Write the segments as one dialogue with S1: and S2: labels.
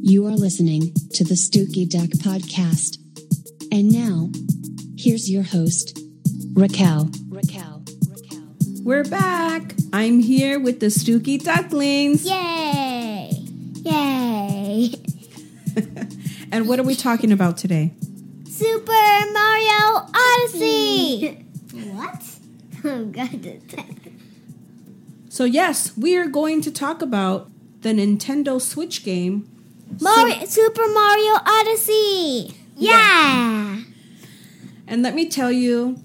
S1: You are listening to the Stookie Duck Podcast. And now, here's your host, Raquel. Raquel. Raquel.
S2: We're back. I'm here with the Stooky Ducklings.
S3: Yay! Yay!
S2: And what are we talking about today?
S3: Super Mario Odyssey! what? Oh, God.
S2: So, yes, we are going to talk about the Nintendo Switch game.
S3: Mario, Super Mario Odyssey! Yeah!
S2: And let me tell you,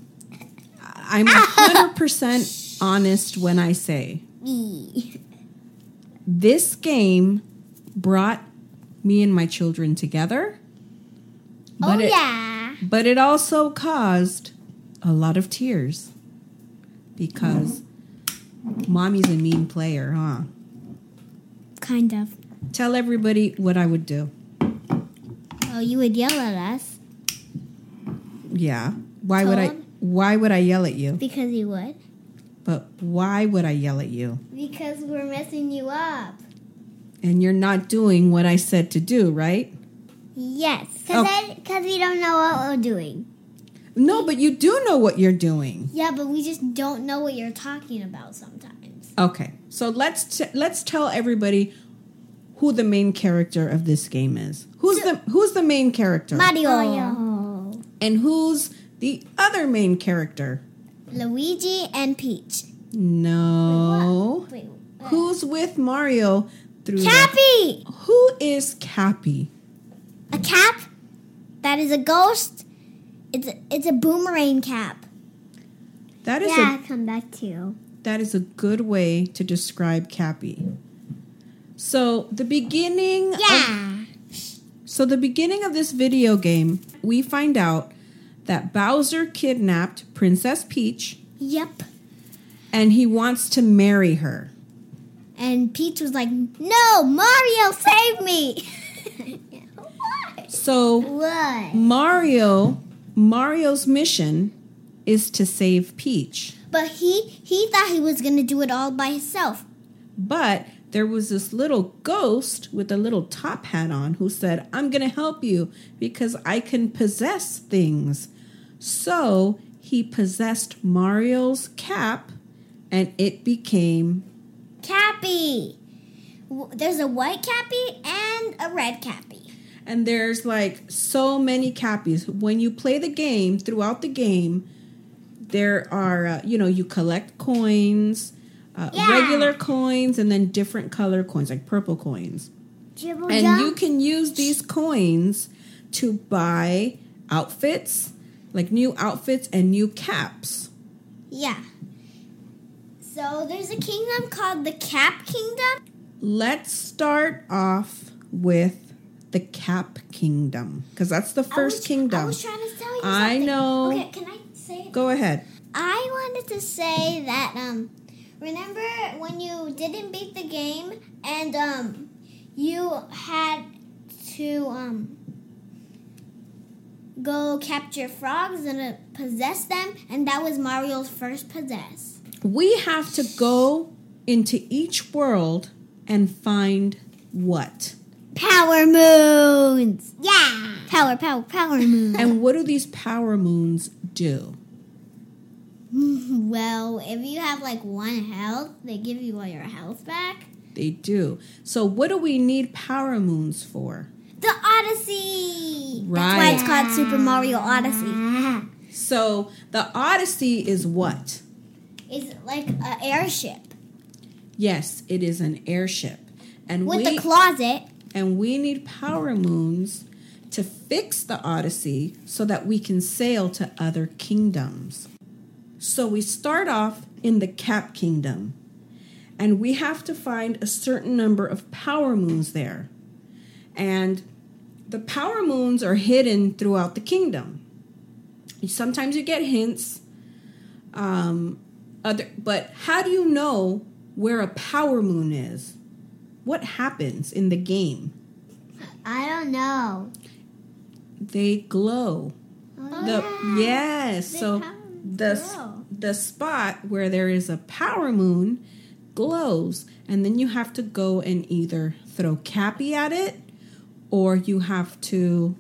S2: I'm
S3: Ah.
S2: 100% honest when I say
S3: Me.
S2: this game brought me and my children together.
S3: Oh,
S2: But it-
S3: yeah.
S2: But it also caused a lot of tears because mommy's a mean player, huh?
S3: Kind of.
S2: Tell everybody what I would do.
S3: Oh, you would yell at us
S2: Yeah. Why would I
S3: Toad?
S2: why would I yell at you?
S3: because you would.
S2: But why would I yell at you?
S3: Because we're messing you up.
S2: And you're not doing what I said to do, right?
S3: Yes.
S2: Oh.
S3: Because we don't know what we're doing.
S2: No, but you do know what you're doing.
S3: Yeah, but we just don't know what you're talking about sometimes.
S2: Okay. So let's t- let's tell everybody who the main character of this game is. Who's the who's the main character?
S3: Mario. Oh.
S2: And who's the other main character?
S3: Luigi and Peach.
S2: No.
S3: Wait.
S2: Who's with Mario through the-
S3: Cappy!
S2: Who is Cappy?
S3: A cap that is a ghost. It's a, it's a boomerang cap.
S2: That is a
S3: Yeah, come back to you.
S2: That is a good way to describe Cappy. So the beginning. of-
S3: Yeah.
S2: so the beginning of this video game, we find out that Bowser kidnapped Princess Peach,
S3: Yep.
S2: and he wants to marry her.
S3: And Peach was like, "No, Mario, save me!" what?
S2: So
S3: What?
S2: Mario, Mario's mission is to save Peach,
S3: But he he thought he was gonna do it all by himself.
S2: but there was this little ghost with a little top hat on who said, "I'm going to help you because I can possess things." So he possessed Mario's cap and it became
S3: Cappy. W- There's a white Cappy and a red Cappy.
S2: and there's like so many cappies. When you play the game throughout the game, there are uh, you know you collect coins, uh,
S3: Yeah.
S2: regular coins, and then different color coins like purple coins.
S3: Jibble
S2: And you can use these coins to buy outfits, like new outfits and new caps.
S3: Yeah. So there's a kingdom called the Cap Kingdom.
S2: Let's start off with the Cap Kingdom because that's the
S3: I
S2: first
S3: was- I
S2: kingdom.
S3: was trying to tell you
S2: I
S3: something.
S2: know.
S3: Okay, can I say it?
S2: Go ahead.
S3: I wanted to say that um remember when you didn't beat the game and um you had to um go capture frogs and uh, possess them and that was Mario's first possess.
S2: We have to go into each world and find what?
S3: Power moons. Yeah. Power power power moons.
S2: And what do these power moons do?
S3: well, if you have like one health, they give you all your health back.
S2: They do. So, what do we need power moons for?
S3: The Odyssey. That's
S2: Right.
S3: why it's called Super Mario Odyssey.
S2: So, the Odyssey is what?
S3: It's like an airship
S2: Yes, it is an airship. And
S3: with
S2: we
S3: a closet.
S2: and we need power moons to fix the Odyssey so that we can sail to other kingdoms. So we start off in the Cap Kingdom, and we have to find a certain number of power moons there. And the power moons are hidden throughout the kingdom. Sometimes you get hints, um, other, but how do you know where a power moon is? What happens in the game?
S3: I don't know.
S2: They glow. The yes, so
S3: power
S2: the s-
S3: glow.
S2: the spot where there is a power moon glows, and then you have to go and either throw Cappy at it, or you have to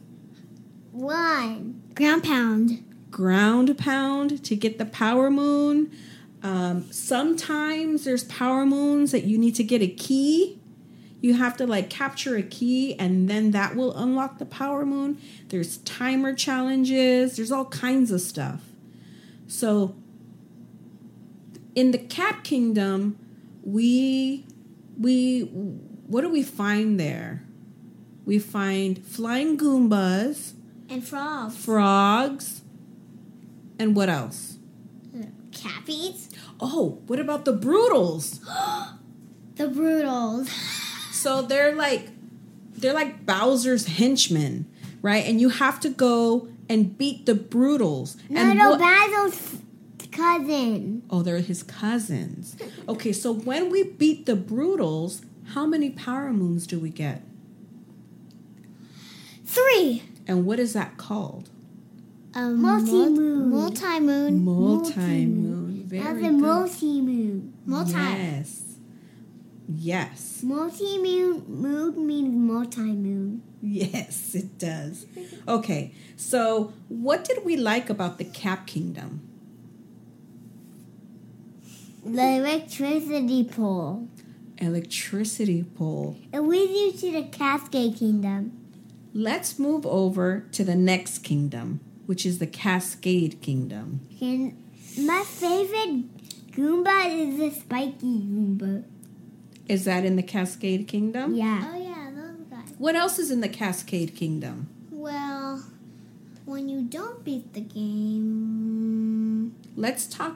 S3: One. Ground pound.
S2: ground pound to get the power moon. Um, sometimes there's power moons that you need to get a key. You have to like capture a key and then that will unlock the power moon. There's timer challenges, there's all kinds of stuff. So in the Cap Kingdom, we we what do we find there? We find flying goombas,
S3: And frogs.
S2: frogs, and what else?
S3: Cappies.
S2: Oh, what about the brutals?
S3: The Brutals.
S2: So they're like they're like Bowser's henchmen, right? And you have to go and beat the brutals. and
S3: Little
S2: what-
S3: Basil's cousin.
S2: oh, they're his cousins. Okay, so when we beat the brutals, how many power moons do we get?
S3: Three.
S2: And what is that called?
S3: multi-moon. Multi-moon.
S2: Multi moon. Very good.
S3: multi-moon. Multi.
S2: Yes. Yes.
S3: Multi-moon moon means multi-moon.
S2: Yes, it does. Okay, so what did we like about the Cap Kingdom?
S3: The electricity pole.
S2: Electricity pole.
S3: It leads you to the Cascade Kingdom.
S2: Let's move over to the next kingdom, which is the Cascade Kingdom.
S3: And my favorite Goomba is the spiky Goomba.
S2: Is that in the Cascade Kingdom?
S3: Yeah. Oh yeah, those guys.
S2: What else is in the Cascade Kingdom?
S3: Well, when you don't beat the game,
S2: Let's talk.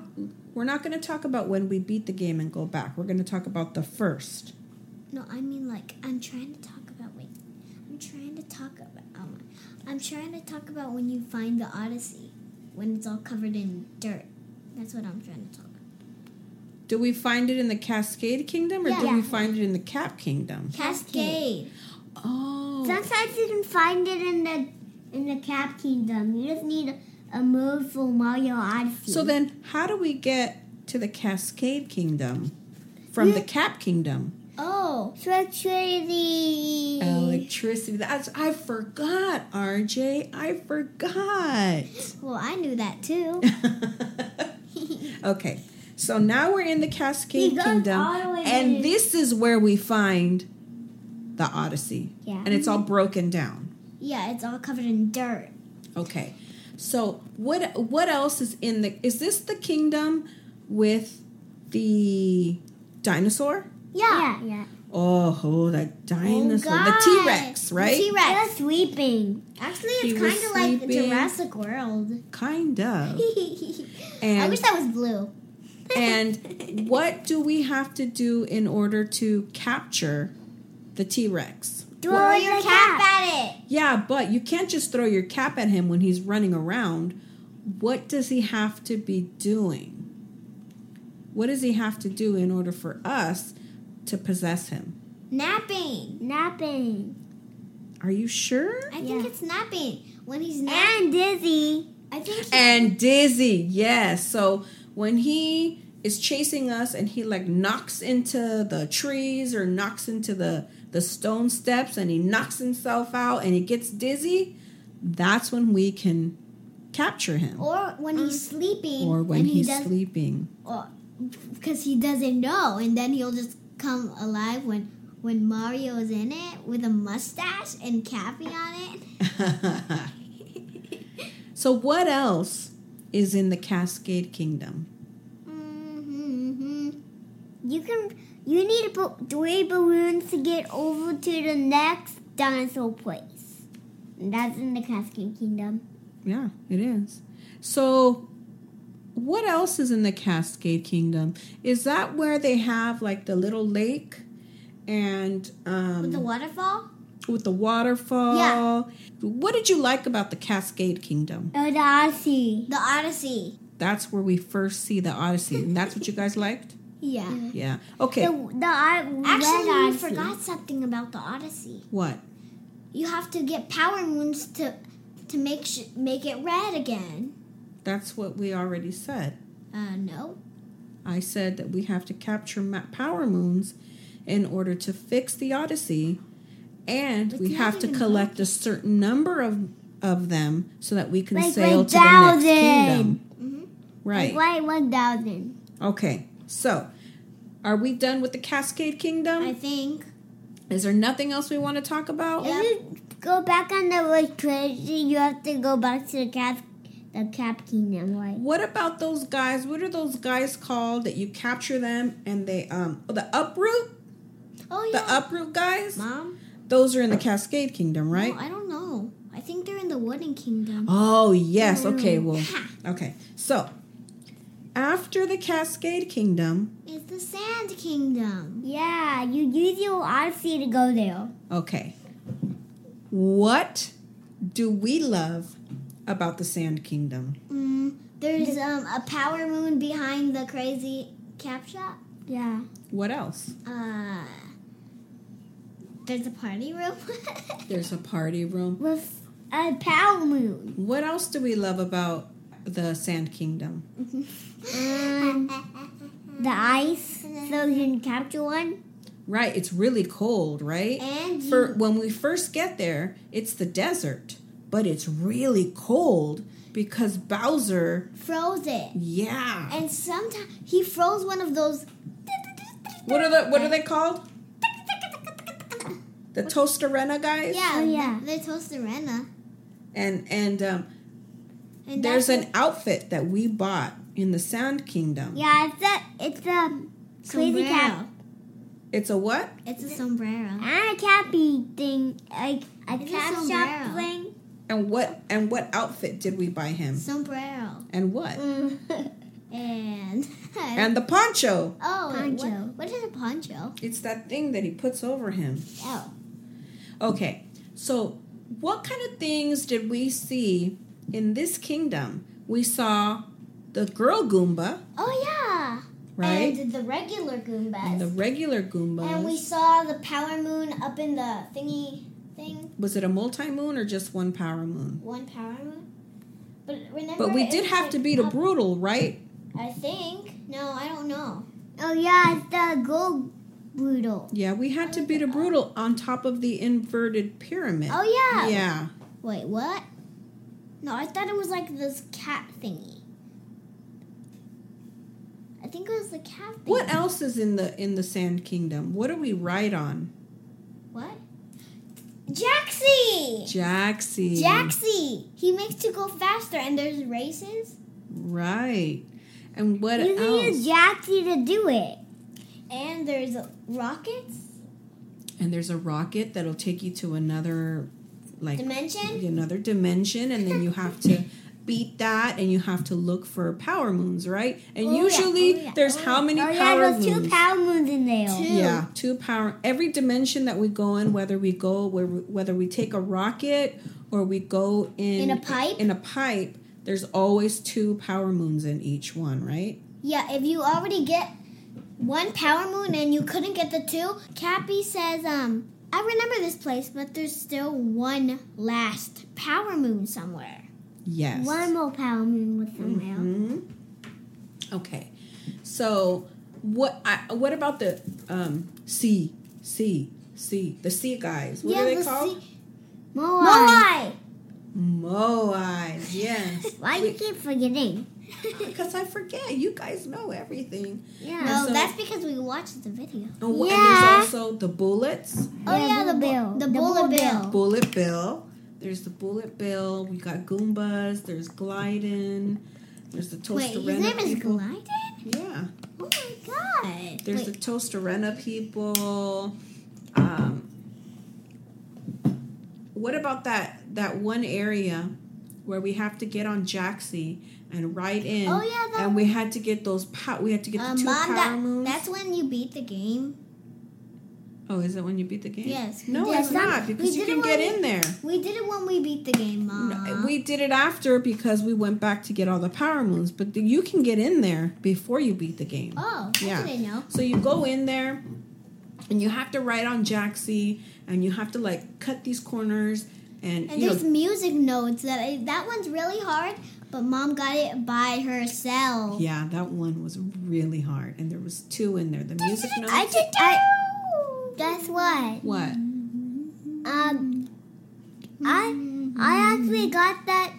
S2: We're not going to talk about when we beat the game and go back. We're going to talk about the first.
S3: no, I mean like I'm trying to talk about wait, I'm trying to talk about oh my, I'm trying to talk about when you find the Odyssey when it's all covered in dirt. That's what I'm trying to talk. about.
S2: Do we find it in the Cascade Kingdom or do
S3: Yeah.
S2: we find it in the Cap Kingdom?
S3: Cascade.
S2: Oh.
S3: Sometimes you can find it in the in the Cap Kingdom. You just need a move for Mario Odyssey.
S2: so then, how do we get to the Cascade Kingdom from the Cap Kingdom?
S3: oh, electricity.
S2: Electricity. That's I forgot, RJ. I forgot.
S3: Well, I knew that too.
S2: okay. So now we're in the Cascade
S3: He goes
S2: Kingdom.
S3: all the way
S2: And
S3: in.
S2: this is where we find the Odyssey.
S3: Yeah.
S2: And it's all broken down.
S3: yeah, it's all covered in dirt.
S2: Okay. So what what else is in the is this the kingdom with the dinosaur?
S3: Yeah, yeah. yeah.
S2: Oh, oh that dinosaur.
S3: God.
S2: the T-Rex, right?
S3: Oh, T-Rex. sweeping. Actually,
S2: He
S3: it's
S2: was
S3: kind of like the
S2: sleeping.
S3: Jurassic World.
S2: kind of. And
S3: I wish that was blue.
S2: and what do we have to do in order to capture the T Rex?
S3: Throw your cap at it.
S2: Yeah, but you can't just throw your cap at him when he's running around. What does he have to be doing? What does he have to do in order for us to possess him?
S3: Napping. Napping.
S2: Are you sure?
S3: I think it's napping when he's napping. And dizzy. I think he,
S2: And dizzy, yes. So when he is chasing us and he like knocks into the trees or knocks into the the stone steps and he knocks himself out and he gets dizzy, that's when we can capture him.
S3: or when he's sleeping.
S2: Or when
S3: and
S2: he's
S3: Oh, he does,
S2: sleeping.
S3: Because he doesn't know, and then he'll just come alive when when Mario is in it with a mustache and cappy on it.
S2: so what else is in the Cascade Kingdom?
S3: Mm-hmm. You can. You need to put three balloons to get over to the next dinosaur place. That's in the Cascade Kingdom.
S2: Yeah, it is. So, what else is in the Cascade Kingdom? Is that where they have like the little lake and um,
S3: With the waterfall?
S2: with the waterfall? What did you like about the Cascade Kingdom?
S3: Oh, the Odyssey. The Odyssey.
S2: That's where we first see the Odyssey, and that's what you guys liked.
S3: Yeah.
S2: Yeah. Okay.
S3: the Mm-hmm. actually you forgot something about the Odyssey.
S2: what?
S3: You have to get power moons to to make sh- make it red again.
S2: That's what we already said.
S3: Uh, no.
S2: I said that we have to capture ma- power moons in order to fix the Odyssey and
S3: It's
S2: we
S3: not
S2: have to
S3: even
S2: collect a certain number of of them so that we can
S4: Like
S2: sail to the
S4: 1,000.
S2: next kingdom. Right.
S4: Like, why 1,000?
S2: Okay. So, are we done with the Cascade Kingdom?
S3: I think.
S2: Is there nothing else we want to talk about?
S4: If you go back on the like, treasure, you have to go back to the cap, the cap kingdom, right?
S2: What about those guys? What are those guys called that you capture them and they um the uproot
S3: Oh
S2: the
S3: yeah.
S2: uproot guys?
S3: Mom.
S2: Those are in the Cascade Kingdom, right?
S3: No, I don't know. I think they're in the Wooden Kingdom.
S2: Oh yes. Okay. Well. Okay. So after the Cascade Kingdom,
S3: It's the Sand Kingdom.
S4: Yeah, you use your Odyssey to go there.
S2: okay. What do we love about the Sand Kingdom?
S3: Mm, there's um, a power moon behind the crazy cap shop.
S4: Yeah.
S2: What else?
S3: Uh, there's a party room.
S2: There's a party room.
S4: With a power moon.
S2: What else do we love about the Sand Kingdom?
S4: Um, the ice, so you can capture one.
S2: Right, it's really cold, right?
S3: And
S2: For when we first get there, it's the desert, but it's really cold because Bowser,
S3: froze it.
S2: yeah.
S3: And sometimes he froze one of those.
S2: what are the what are they called? The Toastarena guys?
S3: Yeah,
S4: Oh, yeah.
S3: The, the Toastarena.
S2: And and um,
S3: And
S2: there's
S3: that's-
S2: an outfit that we bought in the Sand Kingdom.
S4: Yeah, it's a, it's a crazy cap.
S3: Sombrero.
S2: It's a what?
S3: It's a sombrero.
S4: And a cappy thing, like a
S3: It's a
S4: cap shop
S3: sombrero.
S4: thing.
S2: And what and what outfit did we buy him?
S3: Sombrero. Mm.
S2: And what?
S3: And.
S2: And the poncho.
S3: oh,
S4: Poncho.
S3: What, what is a poncho?
S2: It's that thing that he puts over him.
S3: Oh.
S2: Okay, so what kind of things did we see in this kingdom? We saw the girl Goomba,
S3: Oh, yeah.
S2: right?
S3: And the regular Goombas.
S2: And the regular Goomba.
S3: And we saw the power moon up in the thingy thing,
S2: was it a multi moon or just one power moon?
S3: one power moon. But remember,
S2: But we
S3: it
S2: did
S3: was,
S2: have
S3: like,
S2: to beat a
S3: up-
S2: brutal, right?
S3: I think. No, I don't know.
S4: Oh, yeah, it's the gold brutal.
S2: Yeah, we had to beat a brutal on top of the inverted pyramid.
S3: Oh yeah.
S2: Yeah.
S3: Wait, what? No, I thought it was like this cat thingy. I think it was the cat thingy.
S2: What else is in the in the Sand Kingdom? What do we ride on?
S3: What? Jaxie.
S2: Jaxie.
S3: Jaxie. He makes to go faster, and there's races.
S2: Right. And what
S4: You can
S2: else?
S4: use Jaxie to do it.
S3: And there's rockets.
S2: and there's a rocket that'll take you to another like
S3: Dimension.
S2: another dimension and then you have to beat that and you have to look for power moons right and
S4: Oh, yeah.
S2: usually
S4: Oh, yeah.
S2: there's how many
S4: Oh,
S2: power
S4: yeah, there's two
S2: moons
S4: power moons in there.
S3: Two.
S2: yeah two power every dimension that we go in whether we go where we- whether we take a rocket or we go in
S3: In a pipe?
S2: in a pipe there's always two power moons in each one right
S3: Yeah, if you already get one power moon and you couldn't get the two, Cappy says, um, I remember this place, but there's still one last power moon somewhere.
S2: yes
S4: One more power moon with somewhere.
S2: hmm Okay. So what? I, what about the um C C C the sea guys? What are they
S3: the
S2: called?
S3: sea-
S4: Moai.
S3: Moai!
S2: Moais. Yes.
S4: Why do you keep forgetting?
S2: Because I forget. You guys know everything.
S4: Yeah.
S3: No,
S2: So-
S3: that's because we watched the video.
S2: And, wh-
S4: Yeah.
S2: and there's also the bullets.
S3: Oh, yeah, the bill.
S4: bullet
S3: The bullet bill.
S2: Bullet Bill. There's the Bullet Bill. We got Goombas. There's Glidden. There's the
S3: Wait,
S2: Toasterena
S3: his name is
S2: people.
S3: Glidden?
S2: Yeah.
S3: Oh my god.
S2: There's
S3: Wait,
S2: the Toastarena people. Um, what about that that one area where we have to get on Jaxie and ride in?
S3: Oh, yeah, that
S2: and we had to get those pow- We had to get
S3: uh,
S2: the two
S3: Mom,
S2: power
S3: that,
S2: moons.
S3: that's when you beat the game.
S2: oh, is that when you beat the game?
S3: Yes, we
S2: No,
S3: did.
S2: it's not
S3: We
S2: because you
S3: did it
S2: can get
S3: when
S2: in there.
S3: We did it when we beat the game, Mom.
S2: No,
S4: Uh-huh.
S2: we did it after because we went back to get all the power moons, but the, you can get in there before you beat the game.
S3: oh, I
S2: Yeah.
S3: didn't know.
S2: So you go in there and you have to ride on Jaxie and you have to like cut these corners and,
S3: And
S2: you
S3: there's
S2: know,
S3: music notes that that one's really hard, but mom got it by herself.
S2: yeah, that one was really hard. And there was two in there. The music notes.
S4: I Mm-hmm. just I. Guess what?
S2: what?
S4: Um, I I actually got that.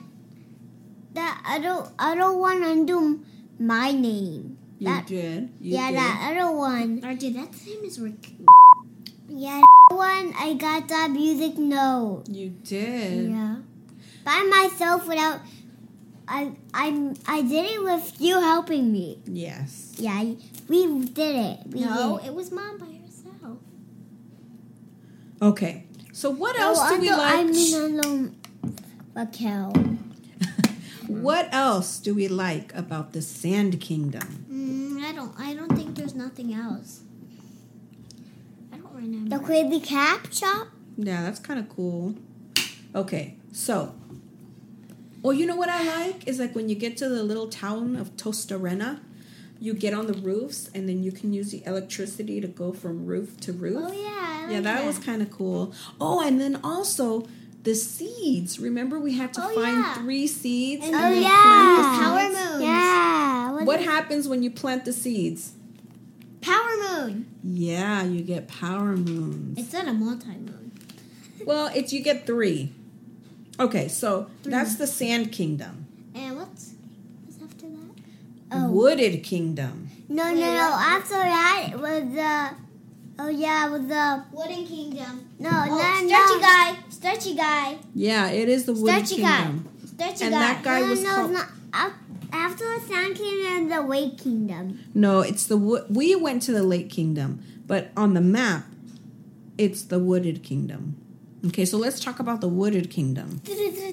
S4: That I don't I don't want to undo my name.
S2: You
S4: That-
S2: did. You
S4: yeah,
S2: did.
S4: that other one.
S3: RJ, that's the same as Rick.
S4: Yeah, that one I got that music note
S2: You did.
S3: Yeah.
S4: by myself without. I I I did it with you helping me.
S2: Yes.
S4: Yeah, we did it. We
S3: No,
S4: did
S3: it was mom by herself.
S2: Okay. So what
S4: it.
S2: else
S4: Oh,
S2: do we
S4: uncle-
S2: like?
S4: I mean, uh alone. Raquel.
S2: What else do we like about the Sand Kingdom?
S3: Mm, I don't. I don't think there's nothing else. I don't remember.
S4: The crazy cap shop.
S2: Yeah, that's kind of cool. Okay, so. Well, you know what I like is like when you get to the little town of Tostarena, you get on the roofs and then you can use the electricity to go from roof to roof.
S3: Oh yeah. I
S2: Yeah,
S3: like
S2: that was kind of cool. Oh, and then also the seeds. Remember, we had to
S3: Oh,
S2: find
S3: yeah.
S2: three seeds.
S3: And
S4: Oh
S3: then
S4: yeah.
S3: power moons.
S4: Yeah.
S2: what happens when you plant the seeds?
S3: Power moon.
S2: Yeah, you get power moons.
S3: It's not a multi moon.
S2: Well, it's you get three. Okay, so that's the Sand Kingdom,
S3: And what's what's after that?
S4: Oh.
S2: Wooded Kingdom,
S4: No, no, no. After that it was the. Oh yeah, it was the.
S3: Wooden kingdom.
S4: No,
S3: Oh,
S4: no,
S3: stretchy
S4: no.
S3: guy. Stretchy guy.
S2: Yeah, it is the Wooded
S4: Stretchy guy.
S2: Kingdom.
S3: Stretchy
S2: And
S3: guy.
S2: that guy
S4: no,
S2: was
S4: no,
S2: called.
S4: no. Af- After the Sound Kingdom and the Way Kingdom.
S2: No, it's the wo- we went to the Lake Kingdom, but on the map, it's the Wooded Kingdom. Okay, so let's talk about the Wooded Kingdom.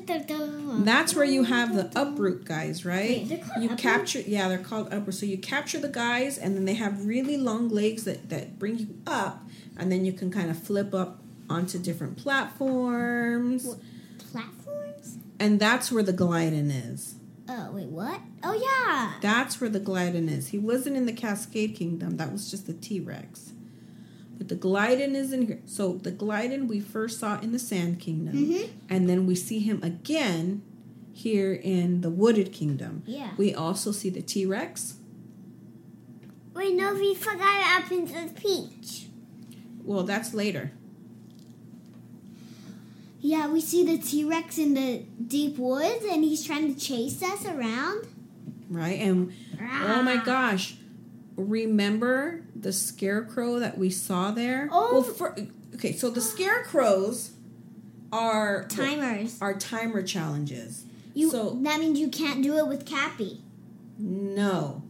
S2: That's where you have the uproot guys, right?
S3: Mm-hmm. Wait, they're called
S2: you
S3: uproot?
S2: capture yeah, they're called uproot. So you capture the guys and then they have really long legs that, that bring you up and then you can kind of flip up onto different platforms.
S3: platforms.
S2: And that's where the gliding is.
S4: Uh,
S3: Oh wait, what? Oh yeah.
S2: That's where the gliding is. He wasn't in the Cascade Kingdom. That was just the T Rex. But the gliding is in here. So the gliding we first saw in the Sand Kingdom.
S3: Mm-hmm.
S2: And then we see him again here in the Wooded Kingdom.
S3: Yeah.
S2: We also see the T Rex.
S4: Wait, no, we forgot about Princess Peach.
S2: Well, that's later.
S3: Yeah, we see the T Rex in the deep woods, and he's trying to chase us around.
S2: Right? And oh
S3: Ah.
S2: my gosh. Remember the scarecrow that we saw there?
S3: Oh.
S2: Well, for, okay, so the scarecrows are
S3: Timers.
S2: are timer challenges.
S3: You.
S2: so
S3: that means you can't do it with Cappy.
S2: no.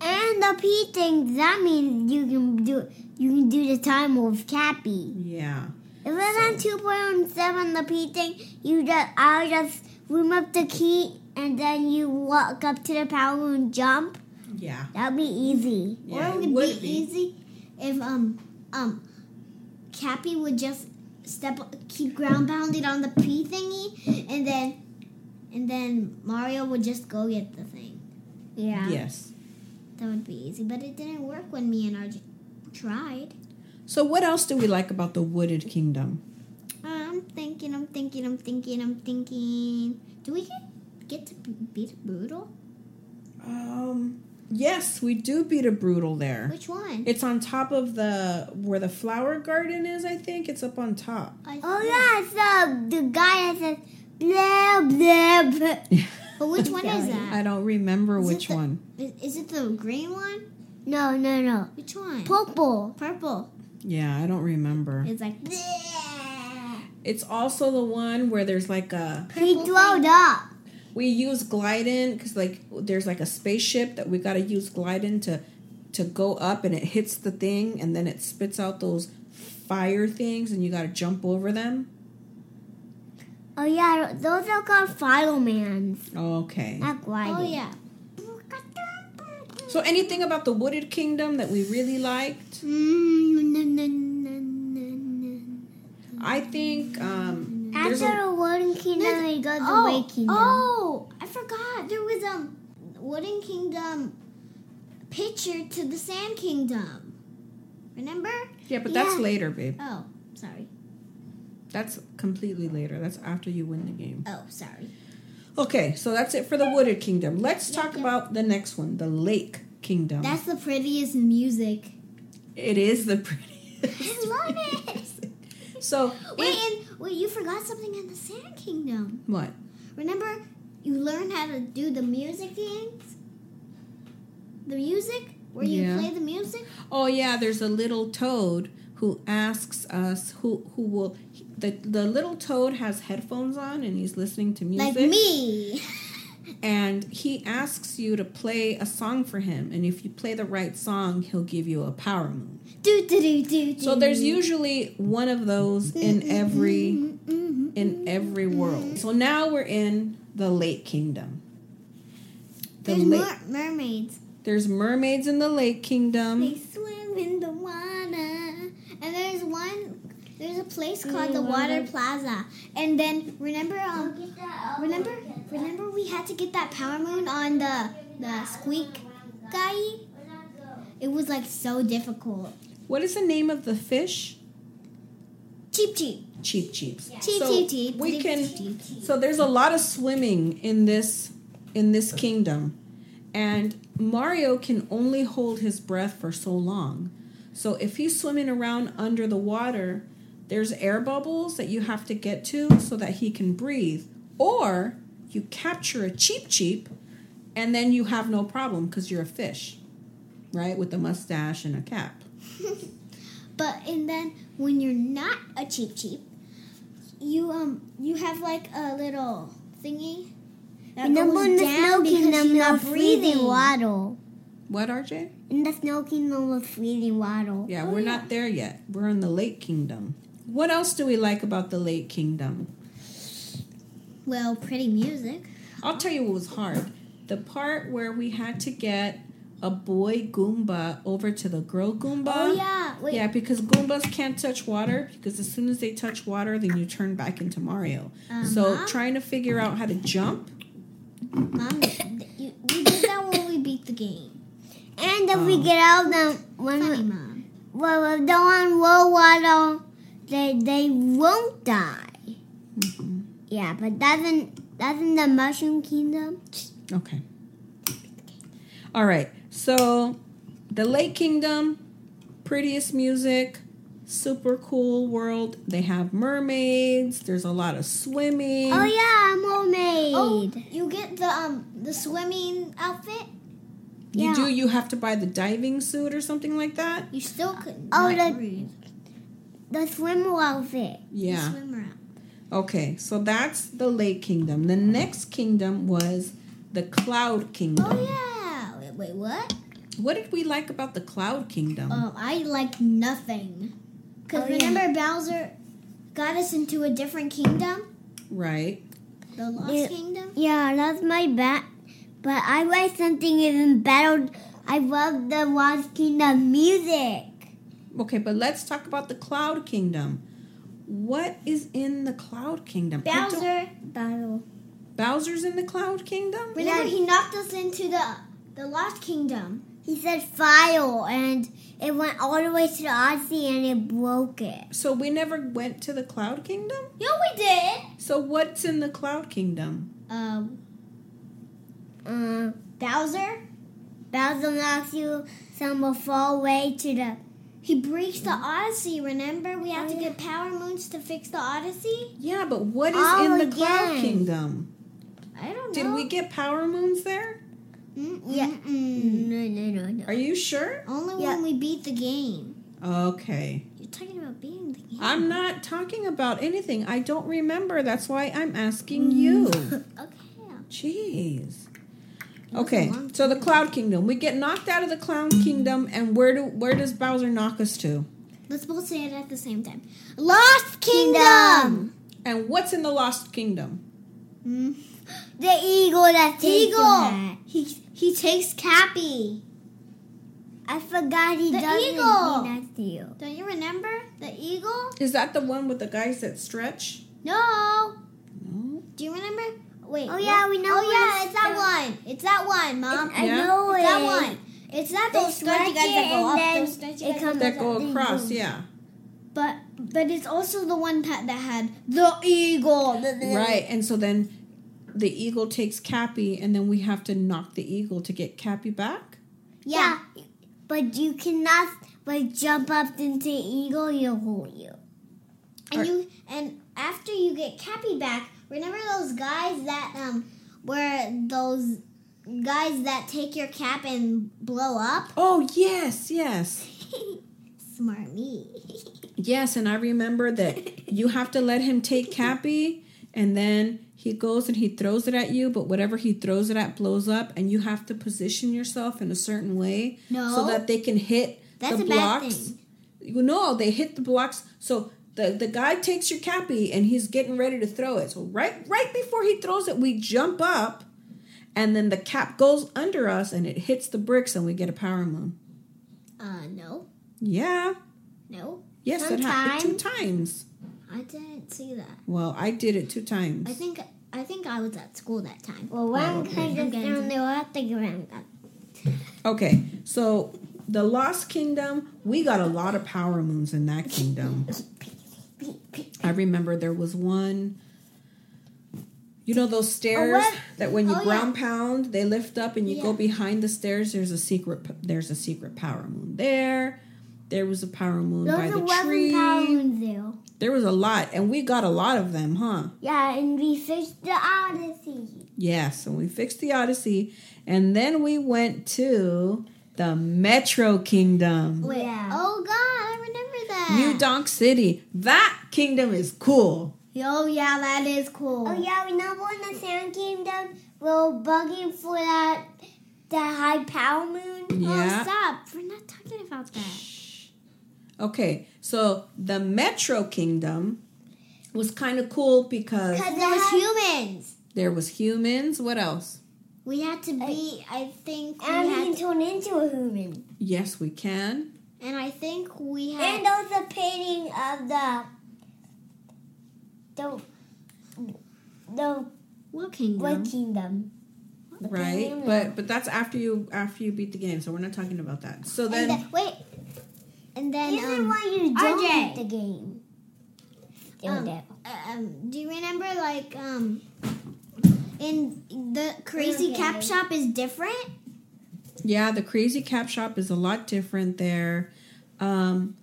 S4: And the Peach thing, that means you can do you can do the time with Cappy.
S2: Yeah.
S4: If it's on 2.7, the Peach thing, you just, I'll just room up the key and then you walk up to the power room jump.
S2: Yeah.
S4: That'll be easy.
S2: Yeah,
S3: or
S2: it
S3: it would
S2: would
S3: be,
S2: be.
S3: easy if um um Cappy would just step keep ground pounded on the P thingy, and then and then Mario would just go get the thing.
S4: Yeah.
S2: Yes.
S3: That would be easy, but it didn't work when me and RJ tried.
S2: So what else do we like about the Wooded Kingdom?
S3: I'm thinking, I'm thinking, I'm thinking, I'm thinking. Do we get, get to b- beat Boodle?
S2: Um yes, we do beat a brutal there.
S3: Which one?
S2: It's on top of the where the flower garden is, I think. It's up on top.
S3: I
S4: Oh
S3: think-
S4: yeah, it's the the guy that says blah blah. blah.
S3: But which one is that?
S2: I don't remember
S3: Is it
S2: which
S3: the-
S2: one.
S3: Is, is it the green one?
S4: No, no, no.
S3: Which one?
S4: Purple.
S3: Purple.
S2: Yeah, I don't remember.
S3: It's like.
S2: It's also the one where there's like a
S4: He
S3: Purple
S4: throwed up.
S2: we use gliding cuz like there's like a spaceship that we got to use gliding to to go up and it hits the thing and then it spits out those fire things and you got to jump over them.
S4: Oh yeah, those are called Filemans.
S2: Okay.
S4: Not gliding.
S3: Oh yeah.
S2: So anything about the Wooded Kingdom that we really liked? I think um there's
S4: After
S2: a,
S4: the Wooden Kingdom, he goes to
S3: oh,
S4: Way Kingdom.
S3: Oh, I forgot. There was um Wooden Kingdom picture to the Sand Kingdom. Remember?
S2: yeah, but that's
S4: yeah.
S2: later, babe.
S3: Oh, sorry.
S2: That's completely later. That's after you win the game.
S3: Oh, sorry.
S2: Okay, so that's it for the Wooded Kingdom. Let's talk
S3: yeah.
S2: about the next one, the Lake Kingdom.
S3: That's the prettiest music.
S2: it is the prettiest.
S3: I love it.
S2: So
S3: Wait,
S2: it-
S3: and Wait, you forgot something in the Sand Kingdom.
S2: What?
S3: Remember, you learn how to do the music things? The music? Where you
S2: Yeah.
S3: play the music?
S2: Oh yeah, there's a little toad who asks us who who will the the little toad has headphones on and he's listening to music.
S3: Like me.
S2: And he asks you to play a song for him, and if you play the right song, he'll give you a power move.
S3: Do, do, do, do, do.
S2: So there's usually one of those
S3: Mm-hmm.
S2: in every in every world. So now we're in the Lake Kingdom. The
S3: There's
S2: lake,
S3: mer- mermaids.
S2: there's mermaids in the Lake
S3: They
S2: Kingdom.
S3: swim in the water. And there's one, there's a place called the Water Plaza. And then remember, um, remember, remember we had to get that power moon on the the squeak guy. It was like so difficult.
S2: What is the name of the fish?
S3: Cheep cheep.
S2: Cheep cheeps.
S3: Cheep
S2: so
S3: cheep cheep.
S2: We
S3: cheep,
S2: can.
S3: cheep, cheep, cheep.
S2: So there's a lot of swimming in this in this kingdom, and Mario can only hold his breath for so long. So if he's swimming around under the water, there's air bubbles that you have to get to so that he can breathe, or you capture a cheep cheep, and then you have no problem because you're a fish, right? With a mustache and a cap.
S3: But and then when you're not a cheep cheep, you um you have like a little thingy. That
S4: Number
S3: goes
S4: in the
S3: down
S4: snow
S3: because
S4: kingdom,
S3: you're not
S4: the freezing
S3: breathing.
S4: waddle.
S2: What, RJ?
S4: In the snow kingdom, the freezing waddle.
S2: Yeah, we're not there yet. We're in the Lake Kingdom. What else do we like about the Lake Kingdom?
S3: Well, pretty music.
S2: I'll tell you what was hard. The part where we had to get a boy Goomba over to the girl Goomba.
S3: Oh yeah. Wait.
S2: Yeah, because Goombas can't touch water because as soon as they touch water, then you turn back into Mario. so
S3: Uh-huh.
S2: trying to figure out how to jump.
S3: Mom, you, we did that when we beat the game.
S4: And if we get out them when
S3: Funny,
S4: we,
S3: Oh. Mom.
S4: well, if they're on low water, they they won't die.
S3: Mm-hmm.
S4: Yeah, but doesn't doesn't the mushroom kingdom?
S2: Okay. All right. So, the Lake Kingdom, prettiest music, super cool world. They have mermaids. There's a lot of swimming.
S4: Oh yeah, mermaid.
S3: Oh, you get the um the swimming outfit.
S2: You
S4: yeah.
S2: do. You have to buy the diving suit or something like that.
S3: You still couldn't.
S4: Oh,
S3: like,
S4: the-
S3: breathe.
S4: The swimmer outfit.
S2: Yeah.
S3: Swim around.
S2: Okay. So that's the Lake Kingdom. The next kingdom was the Cloud Kingdom.
S3: Oh yeah. Wait, wait, what?
S2: What did we like about the Cloud Kingdom?
S3: Um, I like nothing. Cause
S4: Oh, yeah.
S3: remember Bowser got us into a different kingdom,
S2: right.
S3: the Lost
S4: Yeah.
S3: Kingdom.
S4: Yeah, that's my bat. But I like something even better. I love the Lost Kingdom music.
S2: Okay, but let's talk about the Cloud Kingdom. What is in the Cloud Kingdom? I don't-
S3: Bowser.
S4: Battle.
S2: Bowser's in the Cloud Kingdom?
S3: Remember he knocked us into the the Lost Kingdom.
S4: He said file, and it went all the way to the Odyssey, and it broke it.
S2: So we never went to the Cloud Kingdom?
S3: Yeah, we did.
S2: So what's in the Cloud Kingdom?
S3: Um,
S4: Um,
S3: Bowser.
S4: Bowser knocks you some will fall way to the.
S3: He breaks the Odyssey. Remember, we
S4: Oh,
S3: have to get Power Moons to fix the Odyssey.
S2: Yeah, but what is
S4: Oh,
S2: in the Cloud
S4: again.
S2: Kingdom?
S3: I don't
S2: Did
S3: know.
S2: we get power moons there?
S4: Yeah. No, no, no, no.
S2: Are you sure?
S3: Only
S4: Yeah.
S3: when we beat the game.
S2: Okay.
S3: You're talking about beating the game.
S2: I'm not talking about anything. I don't remember. That's why I'm asking
S3: Mm.
S2: you.
S3: okay.
S2: Jeez. Okay. So the Cloud Kingdom. We get knocked out of the Cloud Kingdom and where do where does Bowser knock us to?
S3: Let's both say it at the same time. Lost Kingdom.
S2: And what's in the Lost Kingdom?
S4: The eagle that takes
S3: Eagle.
S4: your hat.
S3: He he takes Cappy.
S4: I forgot he
S3: The
S4: doesn't
S3: eagle.
S4: mean that to you.
S3: Don't you remember the eagle?
S2: Is that the one with the guys that stretch?
S3: No.
S2: No.
S3: Do you remember? Wait.
S4: Oh, yeah, we know
S3: Oh
S4: when
S3: yeah,
S4: it's
S3: it's that one. It's that one, mom.
S4: I
S2: Yeah.
S4: know
S3: it's
S4: it.
S3: that one. It's not
S4: They
S3: those stretchy guys
S4: stretch
S3: that
S4: it
S3: go
S4: and
S3: up.
S4: then
S3: Those stretchy
S4: it
S3: guys
S4: comes-
S2: That
S3: that go up.
S2: go across, yeah.
S3: But but it's also the one that that had the eagle.
S2: Right. And so then the eagle takes Cappy, and then we have to knock the eagle to get Cappy back?
S4: Yeah. But you cannot like jump up into eagle, he'll hold you.
S2: Are-
S3: And you and after you get Cappy back, remember those guys that um were those guys that take your cap and blow up?
S2: Oh, yes, yes.
S3: Smart me.
S2: Yes, and I remember that you have to let him take Cappy, and then he goes and he throws it at you, but whatever he throws it at blows up, and you have to position yourself in a certain way so
S3: No.
S2: that they can hit
S3: That's
S2: the
S3: a bad
S2: blocks.
S3: thing.
S2: You know, they hit the blocks. So the, the guy takes your Cappy and he's getting ready to throw it. So right right before he throws it, we jump up, and then the cap goes under us and it hits the bricks, and we get a power moon.
S3: Uh, no,
S2: Yeah.
S3: no.
S2: Yes, it happened
S3: Sometime-
S2: two times.
S3: I didn't see that.
S2: Well, I did it two times.
S3: I think I think I was at school that time.
S4: Well, one
S3: Probably.
S4: kind
S3: I'm
S4: of
S3: getting-
S4: down there at the ground. up.
S2: Okay, so the Lost Kingdom, we got a lot of power moons in that kingdom. I remember there was one. You know those stairs
S4: what?
S2: that when you
S3: Oh, yeah.
S2: ground pound, they lift up and you go
S3: Yeah.
S2: behind the stairs. There's a secret. p- There's a secret power moon there. There was a power moon by
S4: Those
S2: the
S4: are eleven
S2: tree.
S4: pounds there.
S2: There was a lot, and we got a lot of them, huh?
S4: Yeah, and we fished the Odyssey.
S2: Yes, and we fixed the Odyssey, and then we went to the Metro Kingdom,
S3: Wait.
S4: Yeah.
S3: Oh God, I remember that.
S2: New Donk City. That kingdom is cool.
S3: Oh yeah, that is cool.
S4: Oh yeah, remember when the sand came down? We were bugging for that that high power moon.
S3: Oh,
S2: Yeah.
S3: stop! We're not talking about that.
S2: Okay, so the Metro Kingdom was kind of cool because
S4: Cause
S3: There
S4: it
S3: was
S4: had-
S3: humans.
S2: there was humans. What else?
S3: We had to be. I think we
S4: Uh, and
S3: had,
S4: he turned into a human.
S2: Yes, we can.
S3: and I think we
S4: And
S3: had.
S4: there was a painting of the the the
S3: What kingdom?
S4: Red Kingdom.
S2: Right, but but that's after you after you beat the game, so we're not talking about that. So
S3: and
S2: then
S3: the- wait. And then
S4: This is
S3: um,
S4: why you don't
S3: RJ.
S4: beat the game. Oh. Down
S3: Um,
S4: there.
S3: uh, um, do you remember like um, in the crazy
S4: Okay.
S3: cap shop is different?
S2: yeah, the Crazy Cap Shop is a lot different there. Um,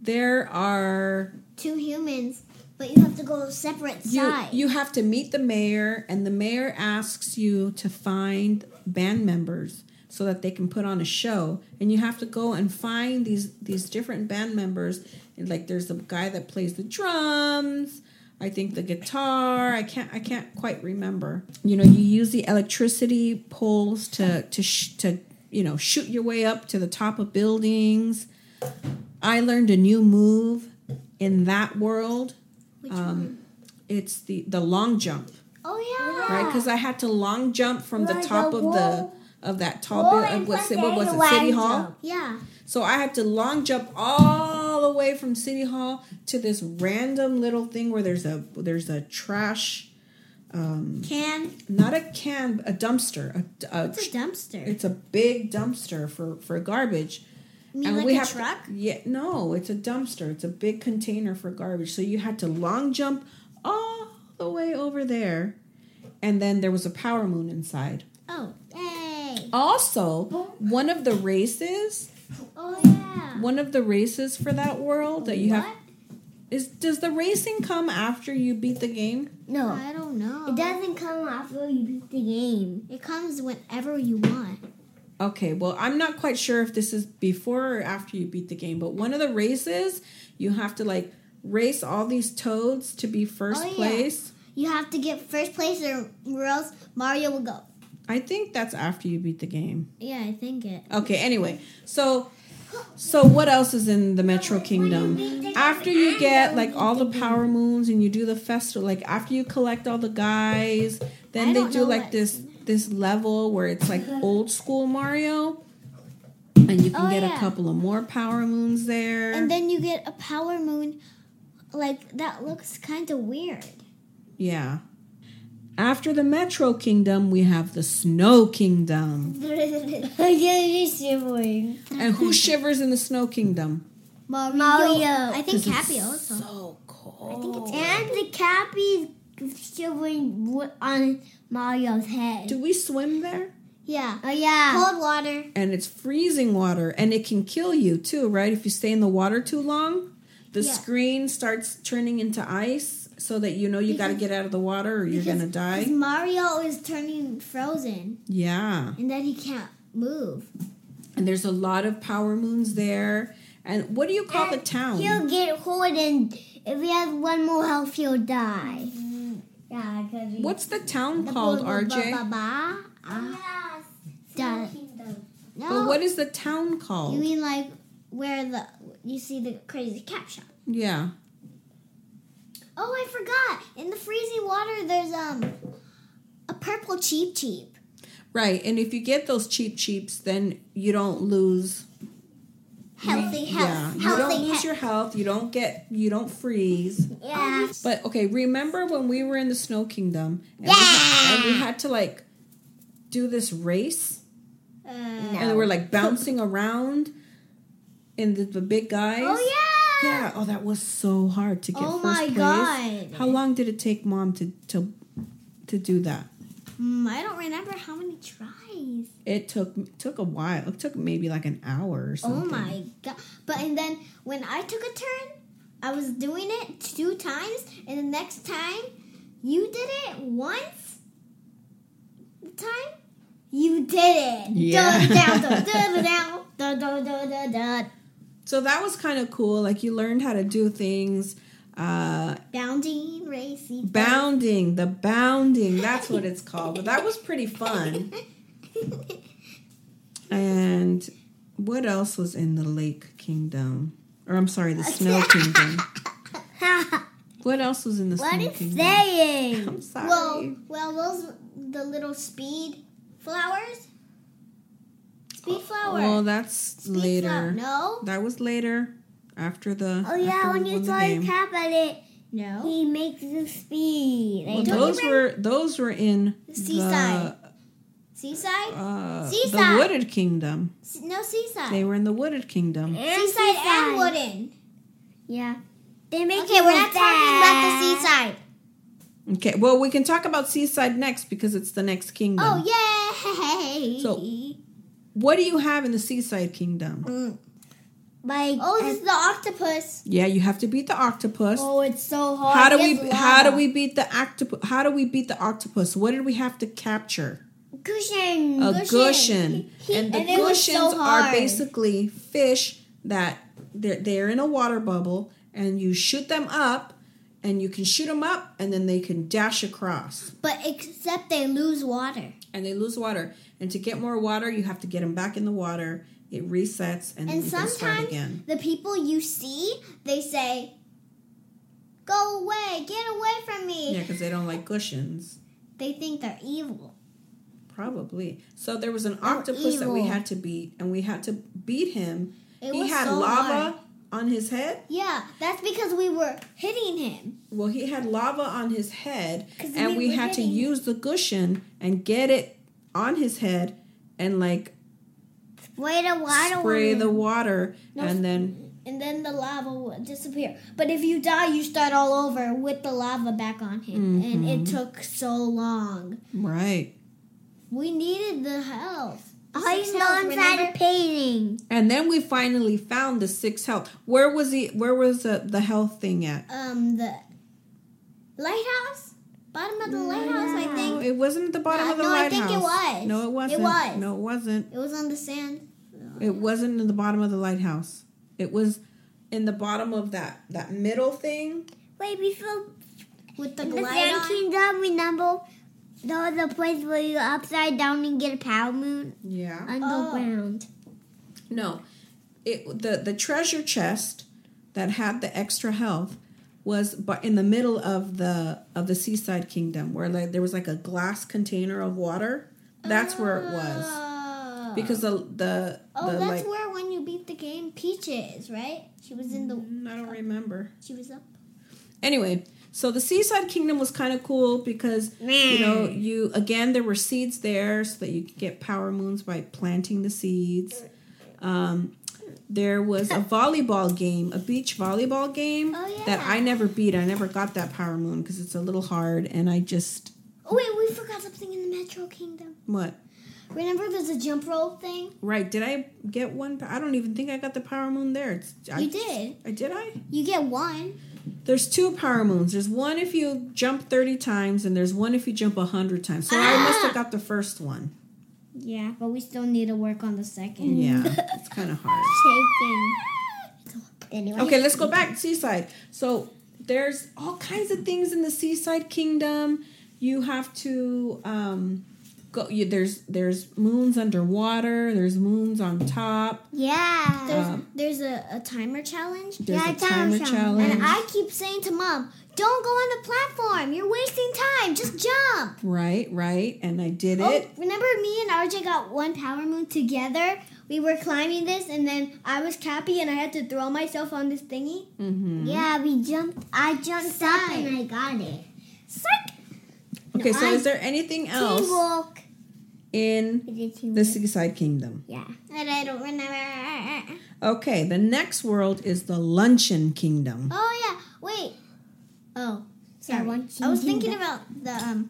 S2: there are
S3: Two humans, but you have to go separate
S2: you,
S3: sides.
S2: you have to meet the mayor and the mayor asks you to find band members so that they can put on a show and you have to go and find these these different band members and like there's a guy that plays the drums i think the guitar i can't i can't quite remember you know you use the electricity poles to to sh- to you know shoot your way up to the top of buildings i learned a new move in that world
S3: Which
S2: um, it's the the long jump,
S3: oh yeah.
S2: right? Because I had to long jump from the
S4: Like
S2: top
S4: a
S2: of the
S4: wall-
S2: of that
S3: Oh,
S2: tall
S4: wall
S2: building.
S4: and
S2: What,
S4: plus
S2: ci- what
S4: they
S2: was
S4: had
S2: it?
S4: a
S2: City
S4: wide
S2: Hall.
S4: jump.
S3: Yeah.
S2: So I had to long jump all the way from City Hall to this random little thing where there's a there's a trash,
S3: Can
S2: not a can, a dumpster. A, a,
S3: it's a dumpster.
S2: it's a big dumpster for for garbage.
S3: You mean like a
S2: uh, to-
S3: truck?
S2: yeah, no, it's a dumpster. It's a big container for garbage. So you had to long jump all the way over there, and then there was a power moon inside.
S3: Oh, yay!
S2: Also, one of the races,
S3: Oh yeah.
S2: one of the races for that world that you have
S3: What?
S2: is does the racing come after you beat the game?
S4: No.
S3: I don't know.
S4: It doesn't come after you beat the game.
S3: It comes whenever you want.
S2: Okay, well, I'm not quite sure if this is before or after you beat the game, but one of the races you have to like race all these toads to be first
S3: Oh, yeah.
S2: place.
S3: You have to get first place, or, or else Mario will go.
S2: I think that's after you beat the game.
S3: Yeah, I think it.
S2: Okay, anyway. So so what else is in the Metro Kingdom? After you get like all the power moons and you do the festival, like after you collect all the guys, then
S3: I
S2: they
S3: don't
S2: do
S3: know
S2: like
S3: what's
S2: this this level where it's like old school Mario and you can
S3: Oh,
S2: get a
S3: yeah.
S2: couple of more power moons there.
S3: And then you get a power moon. Like that looks kind of weird.
S2: yeah. After the Metro Kingdom, we have the Snow Kingdom. And who
S3: Mm-hmm.
S2: shivers in the Snow Kingdom?
S3: Mario. I think Cappy also.
S2: So cold.
S4: And the cap is shivering wo- on Mario's head.
S2: Do we swim there?
S3: Yeah.
S4: Oh yeah.
S3: Cold water.
S2: And it's freezing water, and it can kill you too, right? If you stay in the water too long, the
S3: Yeah.
S2: screen starts turning into ice, so that you know you got to get out of the water or you're
S3: Mm-hmm. Because-
S2: going to die?
S3: Because Mario is turning frozen,
S2: Yeah.
S3: and then he can't move.
S2: And there's a lot of power moons there. And what do you call the town?
S4: He'll get hurt, and if he has one more health, he'll die.
S3: Mm-hmm. Yeah, because
S2: What's the town called, RJ?
S4: Yes.
S3: Duh. Ah. No,
S2: But what is the town
S3: you
S2: called?
S3: mean like where the you see the crazy cat shop?
S2: Yeah.
S3: Oh, I forgot. In the freezing water, there's um a purple cheep cheep.
S2: Right. And if you get those cheap cheaps, then you don't lose
S3: Healthy
S2: yeah,
S3: health.
S2: you
S3: healthy
S2: don't lose
S3: health.
S2: your health, you don't get you don't freeze.
S4: Yeah.
S2: But okay, remember when we were in the Snow Kingdom and, we, had, and we had to like do this race
S3: Uh,
S2: and we're like bouncing around in the, the big guys.
S3: oh yeah.
S2: Yeah, oh that was so hard to get
S3: Oh
S2: first
S3: my
S2: place.
S3: God.
S2: How long did it take mom to to to do that?
S3: Mm, I don't remember how many tries.
S2: It took took a while. It took maybe like an hour or
S3: Oh
S2: something.
S3: my god! But and then when I took a turn, I was doing it two times, and the next time you did it once. The time you did it.
S2: Yeah.
S3: Dun, dun, dun, dun, dun, dun, dun, dun, dun.
S2: So that was kind of cool. Like you learned how to do things uh
S3: Bounding, racy.
S2: Bounding, the bounding, that's what it's called. But that was pretty fun. And what else was in the lake kingdom? Or I'm sorry, the snow kingdom. What else was in the
S4: What
S2: snow
S4: is
S2: kingdom?
S4: saying?
S2: I'm sorry.
S3: Well, well, those the little speed flowers. Speed flower.
S2: well, that's
S3: Speed flower.
S2: Oh, later.
S3: No.
S2: That was later after the
S4: Oh yeah,
S2: after we
S4: when you
S2: won the
S4: throw
S2: game.
S4: his cap at it,
S3: No.
S4: he makes the speed.
S2: Well,
S4: Like,
S3: Don't you
S2: those were those were in
S3: Seaside.
S2: the,
S3: Seaside?
S2: uh, the
S3: Seaside.
S2: wooded kingdom.
S3: S- No, seaside.
S2: They were in the wooded kingdom.
S4: and
S3: seaside
S4: seaside.
S3: and wooden.
S4: Yeah, they make
S3: Okay,
S4: it
S3: we're
S4: look
S3: not talking about the
S4: bad.
S3: seaside.
S2: Okay, well, we can talk about seaside next because it's the next kingdom.
S3: Oh, yay!
S2: So- What do you have in the Seaside Kingdom?
S4: Like,
S3: oh, this is the octopus.
S2: Yeah, you have to beat the octopus.
S4: oh, it's so hard.
S2: how do we
S4: It's
S2: how
S4: lava.
S2: do we beat the octopus? How do we beat the octopus? What did we have to capture?
S4: cushion?
S2: A gushion.
S4: He-
S2: and the
S4: and it was so
S2: cushions are
S4: hard.
S2: basically fish that they're, they're in a water bubble and you shoot them up and you can shoot them up and then they can dash across
S3: But except they lose water.
S2: and they lose water. And to get more water, you have to get them back in the water. It resets and,
S3: And
S2: then you can start
S3: sometimes
S2: again.
S3: the people you see, they say, Go away, get away from me.
S2: Yeah, because they don't like cushions.
S3: They think they're evil.
S2: Probably. So there was an octopus that we
S3: evil.
S2: had to beat, and we had to beat him.
S3: It
S2: he
S3: was
S2: had
S3: so
S2: lava
S3: hard.
S2: on his head.
S3: Yeah, that's because we were hitting him.
S2: Well, he had lava on his head,
S3: 'Cause
S2: and we,
S3: we were
S2: had to
S3: hitting-
S2: use the cushion and get it on his head and like
S4: Wait a while.
S2: spray the water, and then
S3: And then the lava would disappear. But if you die, you start all over with the lava back on him.
S2: Mm-hmm.
S3: And it took so long.
S2: right.
S3: We needed the health.
S4: Oh, he's
S3: Six
S4: not
S3: health,
S4: inside
S3: remember?
S4: of painting.
S2: And then we finally found the sixth health. Where was he? Where was the, the health thing at?
S3: um the lighthouse, bottom of the lighthouse. I
S2: No,
S3: think
S2: it wasn't at the bottom
S3: No,
S2: of the
S3: no, I
S2: lighthouse.
S3: think it was.
S2: No, it
S3: It
S2: wasn't.
S3: was.
S2: No, it wasn't.
S3: it was on the sand.
S2: It wasn't in the bottom of the lighthouse. It was in the bottom of that that middle thing.
S4: Wait, before
S3: With the
S4: in the
S3: glide
S4: Sand
S3: on.
S4: Kingdom, remember there was a place where you upside down and get a power moon
S2: Yeah.
S4: underground.
S2: No. It the the treasure chest that had the extra health was but in the middle of the of the seaside kingdom where like there was like a glass container of water. That's where it was.
S3: Oh.
S2: Because the the,
S3: oh,
S2: the
S3: that's
S2: like
S3: where when you beat the game, Peaches, right? She was in
S4: Mm-hmm.
S3: the.
S2: Mm, I don't remember.
S3: She was up.
S2: Anyway, so the Seaside Kingdom was kind of cool because you know you again there were seeds there so that you could get power moons by planting the seeds. Um, there was a volleyball game, a beach volleyball game
S3: Oh, yeah.
S2: that I never beat. I never got that power moon because it's a little hard, and I just
S3: Oh wait, we forgot something in the Metro Kingdom.
S2: what
S3: Remember, there's a jump rope thing.
S2: right? Did I get one? I don't even think I got the power moon there. It's, I,
S3: You did.
S2: I did. I
S3: You get one.
S2: There's two power moons. There's one if you jump 30 times, and there's one if you jump 100 times. So
S4: Ah!
S2: I must have got the first one.
S3: Yeah, but we still need to work on the second.
S2: Yeah, it's kind of hard.
S3: Taking.
S4: Anyway.
S2: Okay, let's go back to Seaside. So there's all kinds of things in the Seaside Kingdom. You have to um, go. You, there's there's moons underwater. There's moons on top.
S4: Yeah.
S3: There's,
S2: Um,
S3: there's a, a timer challenge.
S2: There's
S4: Yeah,
S2: a
S4: time
S2: timer
S4: challenge.
S2: challenge.
S4: And
S3: And I keep saying to mom, don't go on the platform. You're wasting time. Just jump.
S2: right, right. And I did
S3: Oh,
S2: it.
S3: remember me and RJ got one power moon together? We were climbing this, and then I was Cappy, and I had to throw myself on this thingy.
S4: Oh.
S2: Mm-hmm.
S4: Yeah, we jumped. I jumped up and I got it.
S3: Psych!
S2: Okay, so
S4: I-
S2: is there anything else
S4: Teamwork.
S2: in
S4: We did
S2: the
S4: teamwork.
S2: Seaside Kingdom?
S4: Yeah.
S3: And I don't remember.
S2: Okay, the next world is the Luncheon Kingdom.
S3: Oh, yeah. Wait. Oh,
S4: Yeah,
S3: sorry.
S4: one
S3: I was
S4: cheese
S3: thinking about the, um...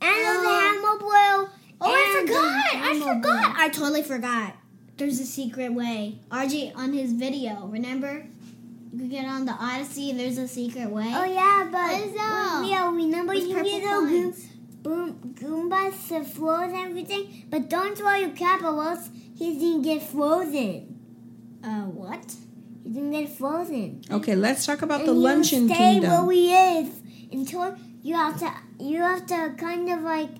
S4: And the
S3: Oh.
S4: hammer
S3: Oh,
S4: boil.
S3: I
S4: And the
S3: forgot! I
S4: hammer
S3: forgot!
S4: boil.
S3: I totally forgot. There's a secret way. RJ on his video, remember? You could get on the Odyssey. There's a secret way.
S4: Oh yeah, but
S3: What is that?
S4: we- yeah, remember
S3: uh, With
S4: you
S3: purple
S4: little goom,
S3: lines.
S4: boom, Goombas to floors and everything, but don't throw your cap or else he's gonna get frozen.
S3: Uh, what?
S4: He's gonna get frozen.
S2: Okay, let's talk about
S4: and
S2: the
S4: you
S2: Luncheon
S4: stay where
S2: Kingdom.
S4: we is until you have to you have to kind of like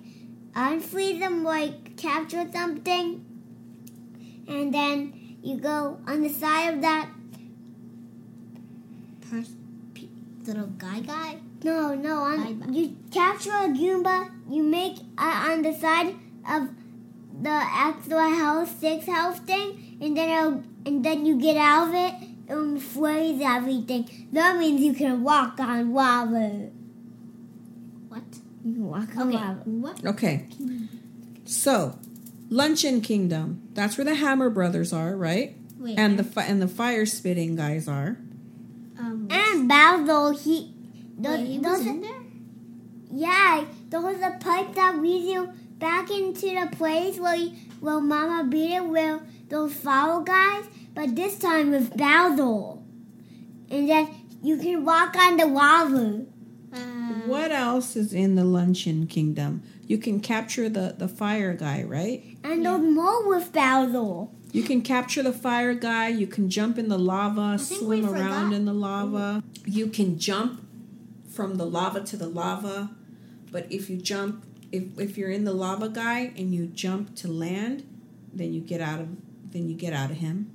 S4: unfreeze them, like capture something, and then you go on the side of that.
S3: Little Oh, guy guy?
S4: No, no,
S3: Bye-bye.
S4: on, you capture a Goomba, you make uh, on the side of the actual house, six house thing, and then it'll, and then you get out of it and freeze everything. That means you can walk on water.
S3: What?
S4: You can walk on
S3: Okay.
S4: water.
S3: What?
S2: Okay, so Luncheon Kingdom. That's where the Hammer Brothers are, right?
S3: Wait.
S2: And the fi- and the fire spitting guys are.
S3: um,
S4: And Bowser, he, those,
S3: wait, he was
S4: those,
S3: in there?
S4: yeah, there was a pipe that leads you back into the place where you, where Mama beat it with those foul guys, but this time with Bowser. And then you can walk on the lava. Mm.
S3: Um,
S2: What else is in the Luncheon Kingdom? You can capture the the fire guy, right?
S4: And there's more with Bowser.
S2: You can capture the fire guy. You can jump in the lava,
S3: think
S2: swim
S3: we forgot. Mm-hmm.
S2: around in the lava. You can jump from the lava to the lava, but if you jump, if if you're in the lava guy and you jump to land, then you get out of then you get out of him.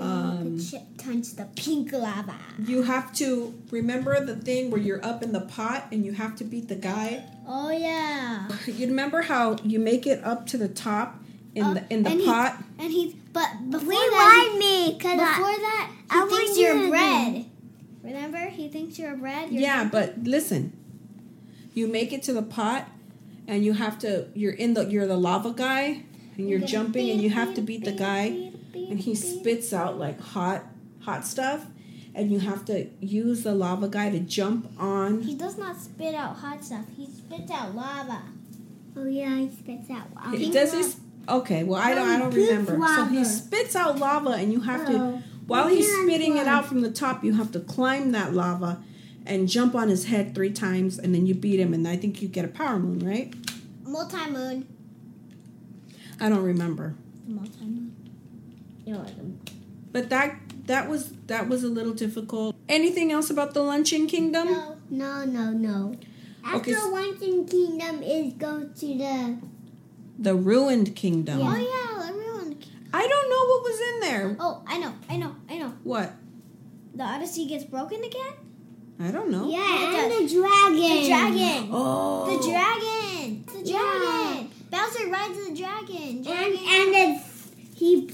S2: Um,
S3: the chip touched the pink lava.
S2: You have to remember the thing where you're up in the pot and you have to beat the guy.
S3: Oh, yeah.
S2: You remember how you make it up to the top in the in
S3: Uh, and
S2: the
S3: he-
S2: pot?
S3: And he's, but before that,
S4: Rewind me,
S3: he,
S4: cause
S3: before
S4: I,
S3: that, he
S4: I want
S3: thinks
S4: you
S3: you're
S4: to-
S3: bread. Remember? He thinks you're bread. You're
S2: yeah, but listen. You make it to the pot and you have to you're in the you're the lava guy and you're jumping and you have to beat the guy and he spits out like hot hot stuff and you have to use the lava guy to jump on
S3: He does not spit out hot stuff. He spits out lava.
S4: oh yeah, he spits out lava.
S2: It does this okay well i don't i don't
S4: Pink
S2: remember so he
S4: lava.
S2: spits out lava and you have to
S4: Oh.
S2: while he's
S4: Yeah,
S2: spitting it
S4: lava.
S2: out from the top you have to climb that lava and jump on his head three times and then you beat him and i think you get a power moon right
S3: Multi moon.
S2: i don't remember
S3: Multi moon.
S2: but that that was that was a little difficult anything else about the luncheon kingdom
S4: No, no, no, no.
S2: Okay,
S4: After
S2: s-
S4: once in Kingdom is go to the
S2: the ruined kingdom
S3: Oh yeah, everyone.
S2: i don't know what was in there
S3: Oh, I know, I know, I know.
S2: what
S3: The Odyssey gets broken again.
S2: i don't know
S4: yeah,
S3: Yeah,
S4: and
S3: the-
S4: the dragon.
S3: The dragon.
S2: oh
S3: The dragon. The
S4: Yeah.
S3: dragon. Bowser rides the dragon.
S4: And
S3: Dragon.
S4: and it's he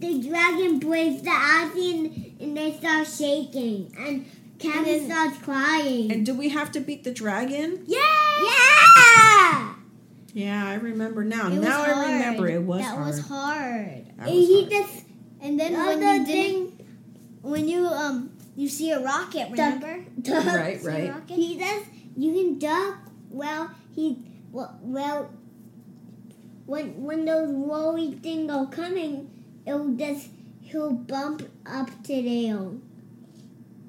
S4: the dragon breaks the Ozzy and, and they start shaking and
S3: Mm-hmm.
S4: Kevin starts crying.
S2: and do we have to beat the dragon
S4: yeah! Yeah!
S2: yeah i remember now
S3: It was
S2: now
S3: hard.
S2: i remember it was
S3: that
S2: hard
S3: was hard.
S2: That
S4: And
S2: was
S4: he
S2: hard.
S4: just
S3: And then when
S4: other
S3: you didn't,
S4: thing
S3: when you um, you see a rocket.
S4: Duck.
S3: Remember?
S4: duck.
S2: Right,
S3: See a
S2: right.
S3: rocket?
S4: He does you can duck well he well, well when when those rolly thing are coming it'll just he'll bump up to there.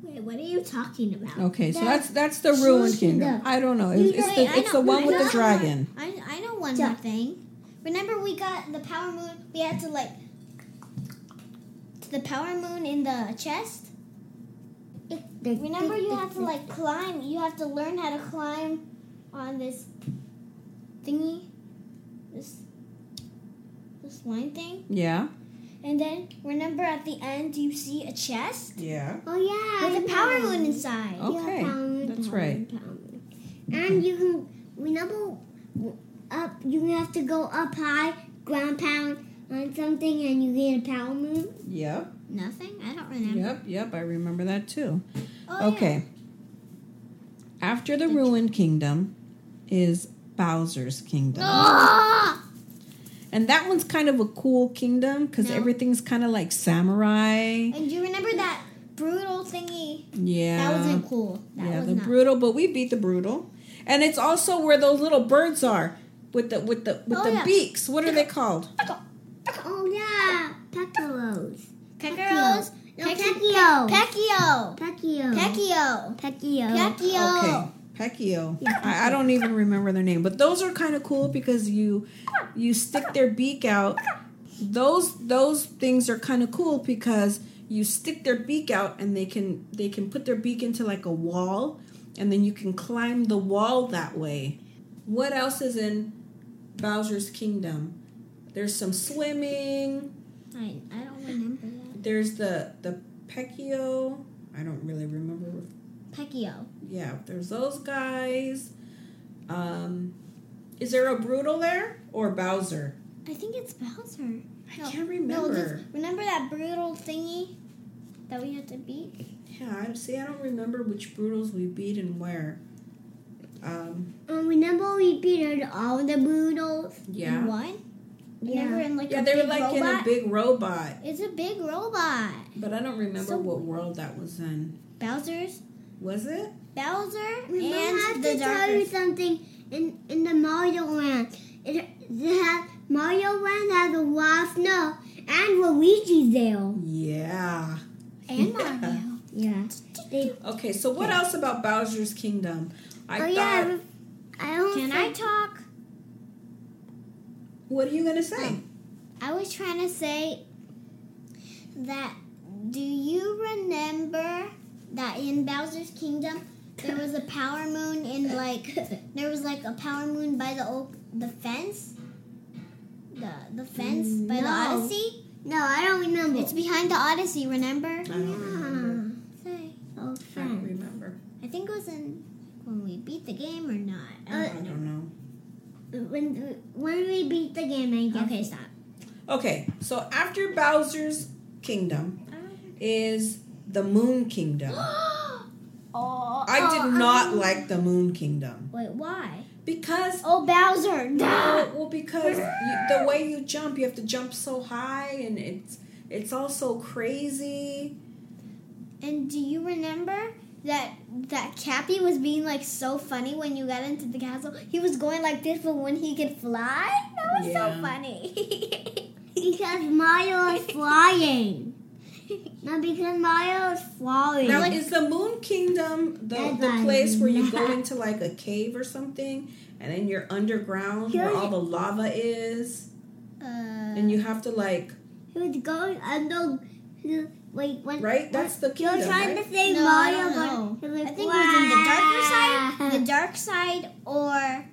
S3: Wait, what are you talking about?
S2: Okay, so that's
S4: That's
S2: that's the ruined
S4: Shushida.
S2: kingdom. I don't know. It,
S4: You
S2: it's
S4: don't-
S2: the
S3: I
S2: it's
S3: know-
S2: the one
S3: I
S2: with the
S3: know-
S2: dragon.
S3: I, I know one
S4: Yeah.
S3: more thing. Remember, we got the power moon. We had to like the power moon in the chest. Remember, you have to like climb. You have to learn how to climb on this thingy, this this line thing.
S2: Yeah.
S3: And then remember, at the end, you see a chest
S2: Yeah.
S4: Oh yeah,
S3: with
S4: I
S3: a power
S4: know.
S3: moon inside.
S2: Oh.
S4: Yeah,
S2: Okay,
S4: power moon,
S2: that's
S4: power
S2: right.
S4: moon, power moon. And you can remember up. You have to go up high, ground pound on something, and you get a power moon.
S2: Yep.
S3: Nothing. I don't remember.
S2: Yep. Yep. I remember that too.
S3: Oh, yeah.
S2: Okay. After the ruined kingdom is Bowser's kingdom.
S3: Ah!
S2: And that one's kind of a cool kingdom because
S3: No.
S2: everything's kind of like samurai.
S3: And do you remember that brutal thingy?
S2: Yeah.
S3: That wasn't cool. That
S2: Uh, yeah,
S3: was
S2: the
S3: not.
S2: brutal, but we beat the brutal. And it's also where those little birds are with the with the with
S3: Oh,
S2: the
S3: yeah.
S2: beaks. What are they called?
S4: Oh yeah, Peccolos.
S3: Kakaros.
S4: No,
S3: Peki-
S4: Pecchio.
S3: Pekio.
S4: Pecchio.
S3: Pekio.
S4: Oh. Pecchio.
S3: Pekio.
S2: Okay. Pecchio. I, I don't even remember their name, but those are kind of cool because you you stick their beak out. Those those things are kind of cool because you stick their beak out and they can they can put their beak into like a wall and then you can climb the wall that way. What else is in Bowser's Kingdom? There's some swimming.
S3: I, I don't remember that.
S2: There's the the Pecchio. I don't really remember
S3: Pekio.
S2: yeah, there's those guys. Um, is there a Brutal there or Bowser?
S3: I think it's Bowser. No.
S2: I can't
S3: No,
S2: remember.
S3: just remember that brutal thingy that we had to beat?
S2: yeah, I see. I don't remember which Brutals we beat and where. Um,
S4: Um, remember we beat out all the Boodles?
S2: yeah,
S3: One?
S4: Yeah.
S3: Remember in like
S2: yeah,
S3: a
S2: they
S3: big
S2: were like
S3: robot?
S2: in a big robot,
S3: it's a big robot.
S2: but I don't remember
S3: So-
S2: what world that was in.
S3: Bowser's
S2: Was it?
S3: Bowser
S4: We
S3: and
S4: have
S3: the
S4: to tell you
S3: darkest.
S4: something in, in the Mario Land. It, it has, Mario Land has a lot of snow and Luigi's there.
S2: Yeah.
S3: And
S2: Yeah.
S3: Mario.
S4: Yeah. They,
S2: Okay, so what else about Bowser's Kingdom? I
S4: oh
S2: thought.
S4: yeah. I re- I don't
S3: Can I
S4: think-
S3: talk?
S2: What are you gonna say?
S3: I was trying to say that do you remember that in Bowser's Kingdom there was a power moon in like there was like a power moon by the oak the fence? The the fence by the
S4: No.
S3: Odyssey?
S4: No, I don't remember.
S3: It's behind the Odyssey, remember?
S2: I don't remember.
S3: Say. Oh,
S2: I don't remember.
S3: I think it was in when we beat the game or not.
S2: I
S4: Uh,
S2: don't know.
S4: when, when we beat the game, I guess.
S3: okay, stop.
S2: Okay, so after Bowser's kingdom is the Moon Kingdom.
S3: oh,
S2: I did
S3: oh,
S2: not
S3: um,
S2: like the Moon Kingdom
S3: Wait, why?
S2: because
S3: Oh, Bowser!
S2: well, well, because you, the way you jump, you have to jump so high, and it's it's all so crazy.
S3: And do you remember that that Cappy was being like so funny when you got into the castle? He was going like this, but when he could fly, that was
S2: Yeah.
S3: so funny.
S4: Because Mario is flying. no, because Mario is flying.
S2: Now, is the Moon Kingdom the,
S4: That's
S2: the
S4: why
S2: place where you go
S4: not-
S2: into like a cave or something, and then you're underground where
S4: Here's-
S2: all the lava is,
S3: uh,
S2: and you have to like
S4: He was going under. Wait, when,
S2: right? That's the
S4: You're
S2: kingdom.
S4: trying
S2: right?
S4: to say
S3: No, I
S4: Mario,
S3: don't know.
S4: but
S3: I think it was in the darker side, the dark side, or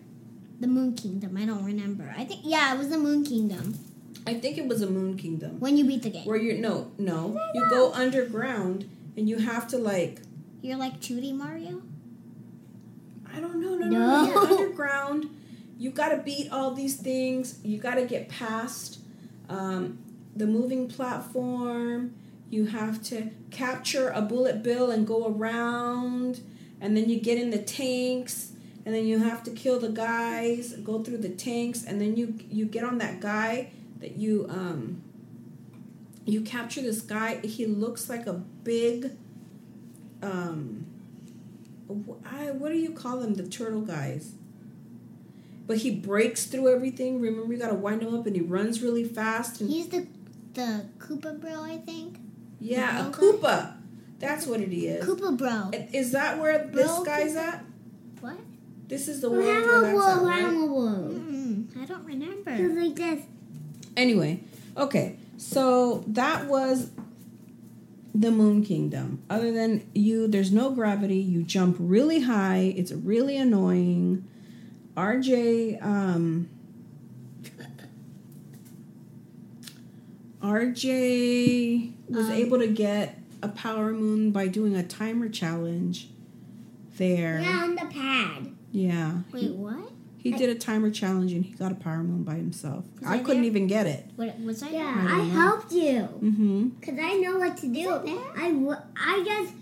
S3: the Moon Kingdom. I don't remember. I think yeah, it was the Moon Kingdom
S2: I think it was a Moon Kingdom.
S3: when you beat the game.
S2: Where you no no you go underground and you have to like
S3: You're like Chudy Mario.
S2: I don't know no no, no. You're underground. You gotta beat all these things. You gotta get past um, the moving platform. You have to capture a bullet bill and go around, and then you get in the tanks, and then you have to kill the guys. Go through the tanks, and then you you get on that guy that you um you capture this guy he looks like a big um wh- I, what do you call them the turtle guys but he breaks through everything remember you gotta wind him up and he runs really fast and
S3: He's the the Koopa bro, I think.
S2: yeah a
S3: turtle
S2: koopa That's what it is.
S3: Koopa Bro.
S2: Is that where this
S3: Bro,
S2: guy's at?
S3: What?
S2: This is the world where
S4: Hammer
S2: that's
S4: wool,
S2: at, right?
S4: hammer wool.
S3: Mm-mm, I don't
S4: It was
S3: remember.
S4: like this.
S2: Anyway, okay. So that was the Moon Kingdom. Other than you, there's no gravity. You jump really high. It's really annoying. RJ, um, RJ was
S3: Um,
S2: able to get a power moon by doing a timer challenge there.
S4: Yeah, on the pad.
S2: Yeah.
S3: Wait, what?
S2: He did a timer challenge and he got a power moon by himself.
S3: Was
S2: I
S3: I
S2: couldn't
S3: there?
S2: even get it.
S3: What was I?
S4: Yeah,
S2: I
S4: I
S2: don't know.
S4: helped you
S2: Mm-hmm.
S4: because I know what to do. I, w- I just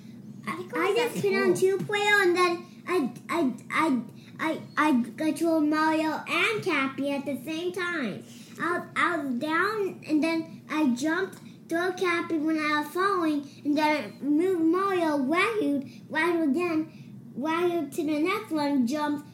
S3: I think it
S4: I
S3: was
S4: just
S3: that
S4: put on
S3: hole.
S4: two player and then I I I I I control Mario and Cappy at the same time. I was, I was down and then I jumped throw Cappy when I was falling and then I moved Mario wahooed wahoo again wahoo to the next one jumped.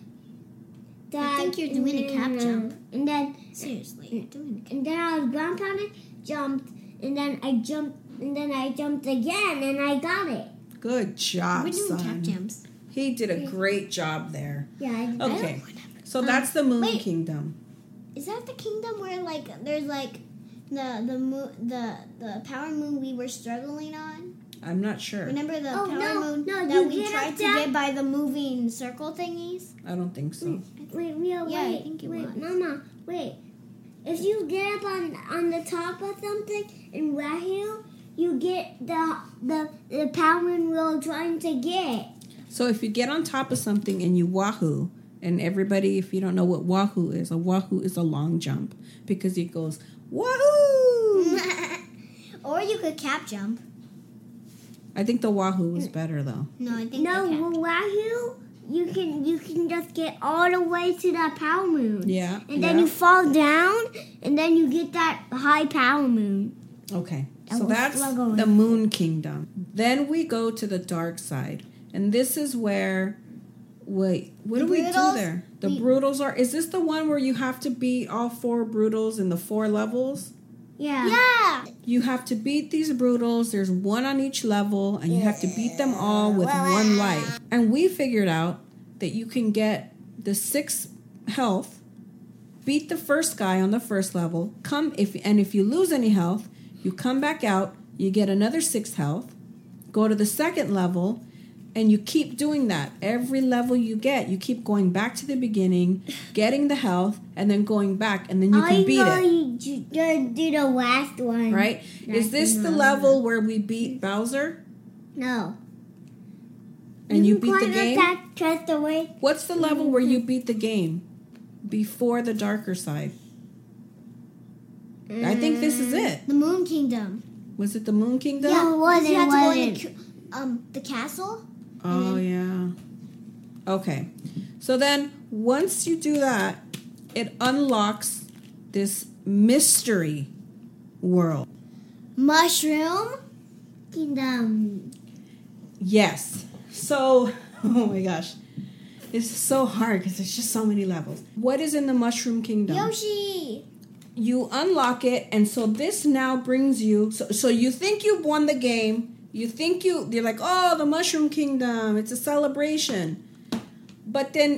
S3: I think you're doing a cap jump.
S4: uh, And then
S3: Seriously, you're doing it.
S4: and then I was ground pounding, jumped, and then I jumped, and then I jumped again, and I got it.
S2: Good job,
S3: We're doing cap
S2: son.
S3: jams.
S2: He did a great job there.
S4: Yeah, I did.
S3: I don't
S2: Okay.
S3: wanna-
S2: So that's the Moon
S3: wait.
S2: Kingdom.
S3: Is that the kingdom where like there's like the the moon the the power moon we were struggling on?
S2: I'm not sure.
S3: Remember the
S4: Oh,
S3: power
S4: no,
S3: moon
S4: no,
S3: that
S4: you
S3: we
S4: get
S3: tried
S4: up
S3: to
S4: there-
S3: get by the moving circle thingies?
S2: I don't think so.
S4: Wait, Mia,
S3: Yeah, I
S4: wait,
S3: think it
S4: wait,
S3: was.
S4: Mama, wait. If you get up on on the top of something and wahoo, you get the the the power we were trying to get.
S2: So if you get on top of something and you wahoo, and everybody, if you don't know what wahoo is, a wahoo is a long jump because it goes wahoo.
S3: or you could cap jump.
S2: I think the wahoo
S4: Mm.
S2: was better though.
S3: No, I think
S4: No,
S3: the cap.
S4: wahoo, you can you can just get all the way to that power moon.
S2: Yeah.
S4: And then
S2: yeah.
S4: you fall down, and then you get that high power moon.
S2: Okay,
S4: I
S2: so
S4: was
S2: that's
S4: struggling.
S2: the moon kingdom. Then we go to the dark side, and this is where. Wait, what
S3: The
S2: do we
S3: Brutals?
S2: do there? The
S3: We-
S2: Brutals are. Is this the one where you have to beat all four Brutals in the four levels?
S4: Yeah.
S3: Yeah.
S2: You have to beat these Brutals. There's one on each level, and you have to beat them all with one life. And we figured out that you can get the six health, beat the first guy on the first level. Come if and if you lose any health, you come back out. You get another six health. Go to the second level, and you keep doing that. Every level you get, you keep going back to the beginning, getting the health, and then going back, and then you
S4: I
S2: can beat
S4: know
S2: it
S4: you ju- gonna do the last
S3: Mm-hmm.
S4: one.
S2: right? Is this the level where we beat Bowser
S4: No.
S2: and you beat the
S4: climb
S2: game?
S4: Attack, trust the way.
S2: What's the level where you beat the game before the darker side? I think this is it.
S3: The moon kingdom.
S2: Was it the Moon Kingdom?
S4: Yeah.
S3: because you
S4: wasn't,
S3: had to go in
S4: wasn't.
S3: the cu- um the castle.
S2: Oh yeah. Okay. So then once you do that, it unlocks this mystery world.
S3: Mushroom.
S4: Kingdom.
S2: Yes. So, oh my gosh. This is so hard because there's just so many levels. What is in the Mushroom Kingdom?
S3: Yoshi.
S2: you unlock it and so this now brings you so, so you think you've won the game you think you you're like oh the mushroom kingdom it's a celebration but then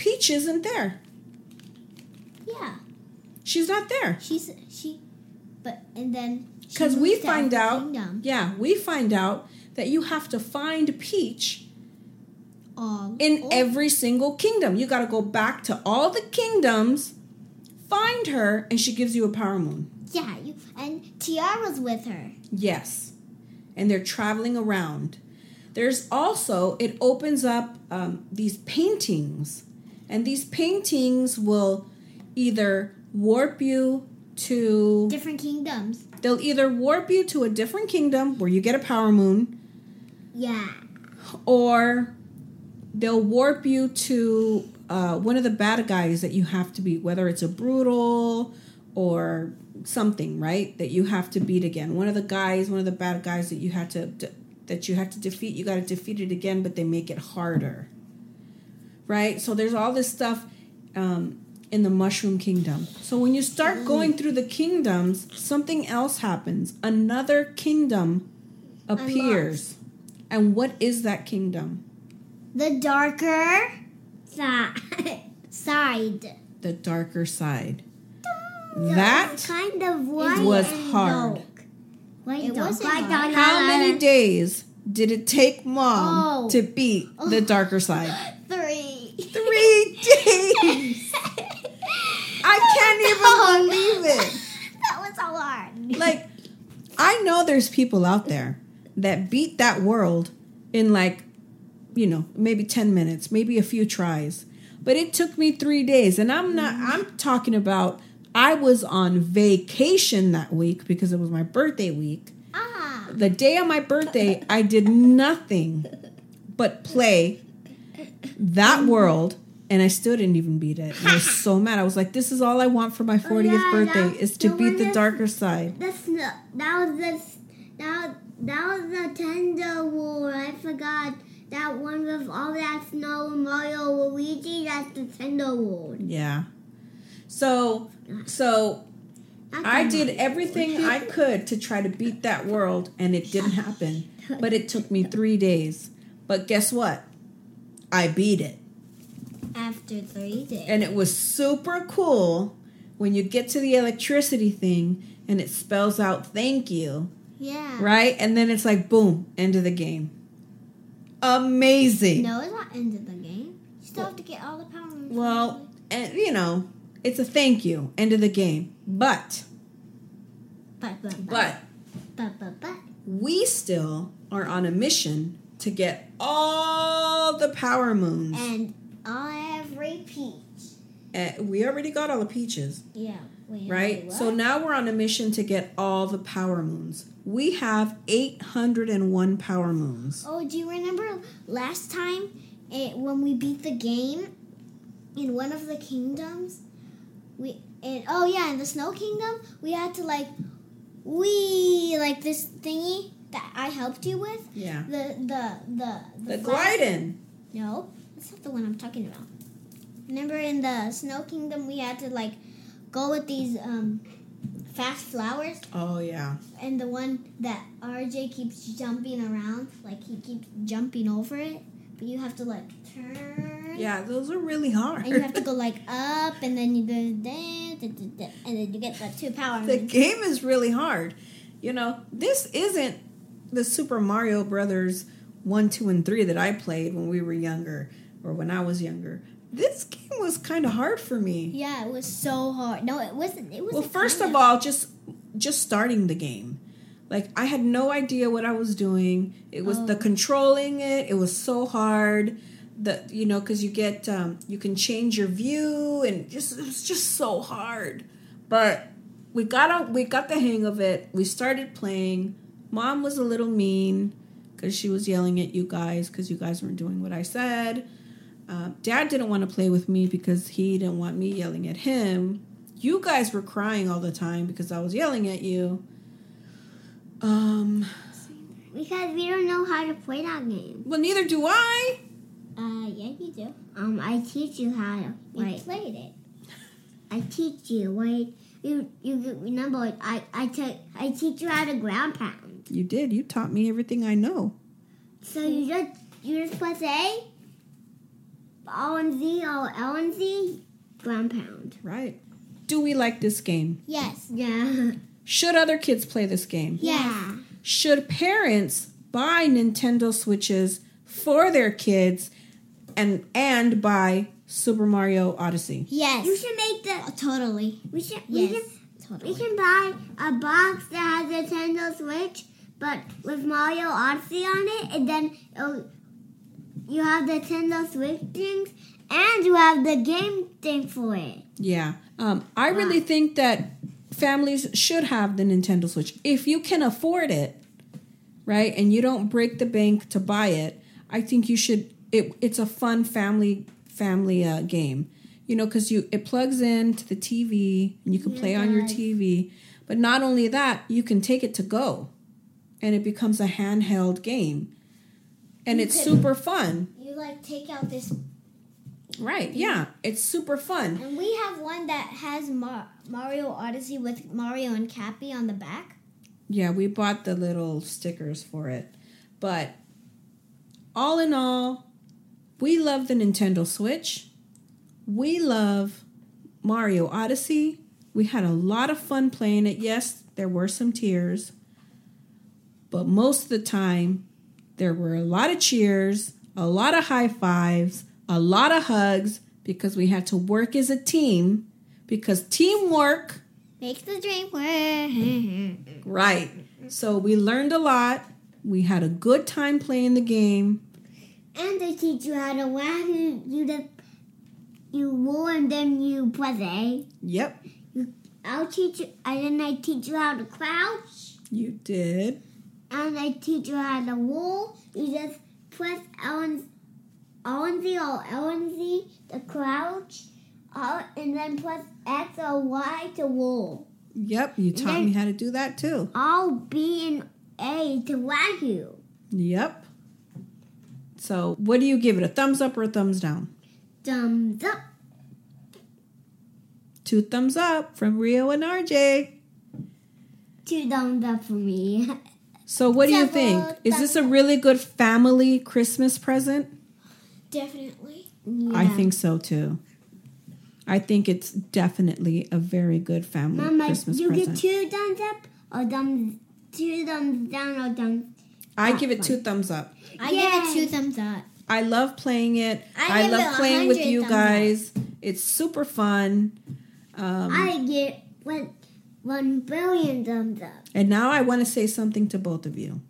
S2: peach isn't there
S3: Yeah.
S2: she's not there
S3: She's she, but and then she
S2: because we
S3: moves to
S2: find
S3: Elfin
S2: out
S3: Kingdom.
S2: yeah we find out that you have to find peach
S3: all
S2: in
S3: all-
S2: every single kingdom you got to go back to all the kingdoms find her and she gives you a power moon
S3: yeah you and Tiara's with her.
S2: Yes. And they're traveling around. There's also, it opens up um, these paintings. And these paintings will either warp you to,
S3: Different kingdoms.
S2: they'll either warp you to a different kingdom where you get a power moon,
S4: Yeah.
S2: or they'll warp you to uh, one of the bad guys that you have to beat, whether it's a brutal or something, right? That you have to beat again. One of the guys, one of the bad guys that you had to that you had to defeat, you got to defeat it again, but they make it harder, right? So there's all this stuff um, in the Mushroom Kingdom. So when you start going through the kingdoms, something else happens. Another kingdom appears. And what is that kingdom?
S4: The darker.
S3: Si- side.
S2: The darker side.
S4: the
S2: That
S4: kind of white
S2: was
S4: and
S2: hard.
S4: dark.
S3: White
S4: It
S3: dog.
S4: wasn't
S3: White
S4: mine.
S3: dog.
S2: How many days did it take mom
S3: Oh.
S2: to beat the darker side?
S3: Three.
S2: Three days! I can't even believe it!
S3: That was so hard.
S2: like I know there's people out there that beat that world in like you know maybe 10 minutes maybe a few tries but it took me 3 days and I'm not
S4: Mm.
S2: I'm talking about I was on vacation that week because it was my birthday week
S3: Ah.
S2: the day of my birthday I did nothing but play that world and I still didn't even beat it. And I was so mad. I was like, this is all I want for my 40th
S4: yeah,
S2: birthday
S4: that-
S2: is to
S4: the
S2: beat
S4: one
S2: the
S4: that's-
S2: darker side.
S4: The snow. That was the. s- That that was the Tender War. I forgot that one with all that snow, Mario, Luigi. That's the Tender War.
S2: Yeah. So so I did everything I could to try to beat that world and it didn't happen. But it took me 3 days. But guess what? I beat it.
S3: After three days.
S2: And it was super cool when you get to the electricity thing and it spells out thank you,
S3: Yeah.
S2: right? And then it's like boom, end of the game. Amazing.
S3: No, it's not end of the game. You still have to get all the power. moves.
S2: Well, and you know, it's a thank you, end of the game. But
S3: but but
S2: but
S3: but but but.
S2: we still are on a mission to get all the power moons.
S3: And
S4: Every peach.
S2: Eh, we already got all the peaches,
S3: yeah, wait,
S2: right?
S3: wait,
S2: so
S3: what?
S2: now we're on a mission to get all the power moons. We have 801 power moons.
S3: Oh, do you remember last time it, when we beat the game in one of the kingdoms? We and oh yeah, in the snow kingdom, we had to like we like this thingy that I helped you with.
S2: Yeah.
S3: The the the
S2: The
S3: flash-
S2: Gliden.
S3: No, that's not the one I'm talking about. Remember in the snow kingdom, we had to like go with these um fast flowers
S2: Oh, yeah.
S3: and the one that RJ keeps jumping around, like he keeps jumping over it, but you have to like turn.
S2: Yeah, those are really hard.
S3: And you have to go like up, and then you go da, da, da, da, and then you get the two power.
S2: the
S3: moves.
S2: game is really hard. You know, this isn't the Super Mario Brothers 1, 2, and 3 that I played when we were younger or when I was younger. This game was kind of hard for me.
S3: Yeah, it was so hard. No, it wasn't. It was.
S2: Well, first of all, just just starting the game. Like I had no idea what I was doing. It was
S3: Oh.
S2: the controlling it. It was so hard. The you know because you get um, you can change your view and just it was just so hard. But we got out. We got the hang of it. We started playing. Mom was a little mean because she was yelling at you guys because you guys weren't doing what I said. Uh, Dad didn't want to play with me because he didn't want me yelling at him. You guys were crying all the time because I was yelling at you. Um,
S4: Because we don't know how to play that game.
S2: well, neither do I.
S3: Uh, yeah, you do.
S4: Um, I teach you how to
S3: You
S4: play.
S3: played it.
S4: I teach you. Wait, you you remember? I I te- I teach you how to ground pound.
S2: You did. You taught me everything I know.
S4: So you just you just press A, O and Z, or L and Z, ground pound.
S2: Right. Do we like this game?
S3: Yes.
S4: Yeah.
S2: Should other kids play this game?
S4: Yeah.
S2: Should parents buy Nintendo Switches for their kids and and buy Super Mario Odyssey?
S3: Yes.
S4: You should make
S3: Uh,
S4: the.
S3: totally.
S4: We should. We
S3: Yes.
S4: should. We
S3: Totally.
S4: can buy a box that has a Nintendo Switch, but with Mario Odyssey on it, and then it'll, you have the Nintendo Switch things, and you have the game thing for it.
S2: Yeah. Um, I really think that families should have the Nintendo Switch. If you can afford it, right, and you don't break the bank to buy it, I think you should it it's a fun family family uh, game. You know, cuz you it plugs in to the TV and you can play on your TV. But not only that, you can take it to go and it becomes a handheld game. And it's super fun.
S3: You like take out this,
S2: Right. Yeah. It's super fun.
S3: and we have one that has Mar- Mario Odyssey with Mario and Cappy on the back.
S2: Yeah, we bought the little stickers for it. But all in all, we love the Nintendo Switch. We love Mario Odyssey. We had a lot of fun playing it. Yes, there were some tears, but most of the time, there were a lot of cheers, a lot of high fives, a lot of hugs because we had to work as a team because teamwork
S4: Makes the dream work.
S2: Right. So we learned a lot. We had a good time playing the game.
S3: And they teach you how to laugh. You you just you roll and then you press A.
S2: Yep.
S3: I'll teach you. And then I teach you how to crouch.
S2: You did.
S3: And I teach you how to roll. You just press L and L and Z or L and Z to crouch. R and then press X or Y to roll.
S2: Yep. You taught me how to do that too.
S3: All B and A to whack you.
S2: Yep. So what do you give it? A thumbs up or a thumbs down?
S3: Thumbs up.
S2: Two thumbs up from Rio and RJ.
S3: Two thumbs up for me.
S2: So what do you think?
S3: Double
S2: Is this a really good family Christmas present?
S4: Definitely.
S2: I think so too. I think it's definitely a very good family
S3: Mama,
S2: Christmas
S3: you
S2: present.
S3: get two thumbs up or thumbs two thumbs down or thumbs.
S2: I give it two thumbs up.
S4: I
S3: Yay.
S4: give it two thumbs up.
S2: I love playing it.
S4: I
S2: I,
S4: give
S2: love
S4: it
S2: playing with
S4: 100
S2: you
S4: thumbs up.
S2: guys. It's super fun. Um,
S3: I get one one billion thumbs up.
S2: and now I want to say something to both of you.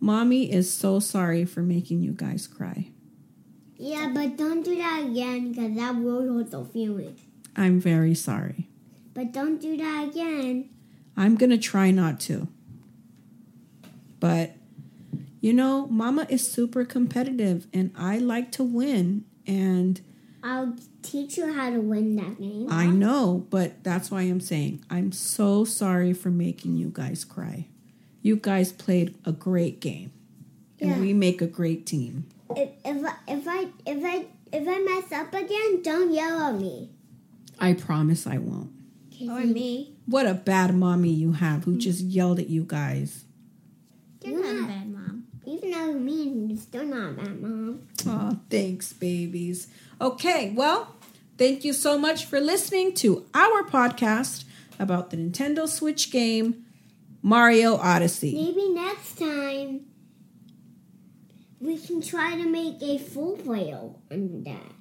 S2: Mommy is so sorry for making you guys cry.
S3: Yeah, but don't do that again because that will hurt the feelings.
S2: I'm very sorry.
S3: But don't do that again.
S2: I'm going to try not to. But, you know, Mama is super competitive and I like to win. And
S3: I'll teach you how to win that game.
S2: I know, but that's why I'm saying I'm so sorry for making you guys cry. You guys played a great game,
S3: Yeah.
S2: and we make a great team.
S3: If, if I if I if I if I mess up again, don't yell at me.
S2: I promise I won't.
S4: Or me.
S2: What a bad mommy you have who just yelled at you guys.
S4: You're not
S3: Yeah.
S4: a bad mom.
S3: Even though you're mean, you're still not bad, mom.
S2: Aw, thanks, babies. Okay, well, thank you so much for listening to our podcast about the Nintendo Switch game Mario Odyssey.
S3: Maybe next time we can try to make a full player on that.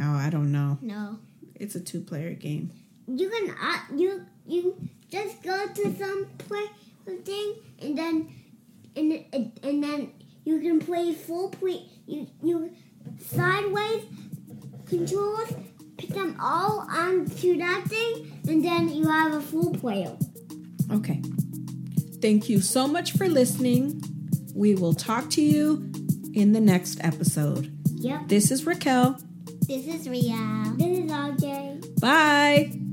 S2: Oh, I don't know.
S4: No.
S2: It's a two player game.
S3: You can uh, you you just go to some play thing and then and and then you can play full play you you sideways controls put them all onto that thing and then you have a full player.
S2: Okay. Thank you so much for listening. We will talk to you in the next episode.
S3: Yep.
S2: This is Raquel.
S4: This is Ria.
S3: This is RJ.
S2: Bye.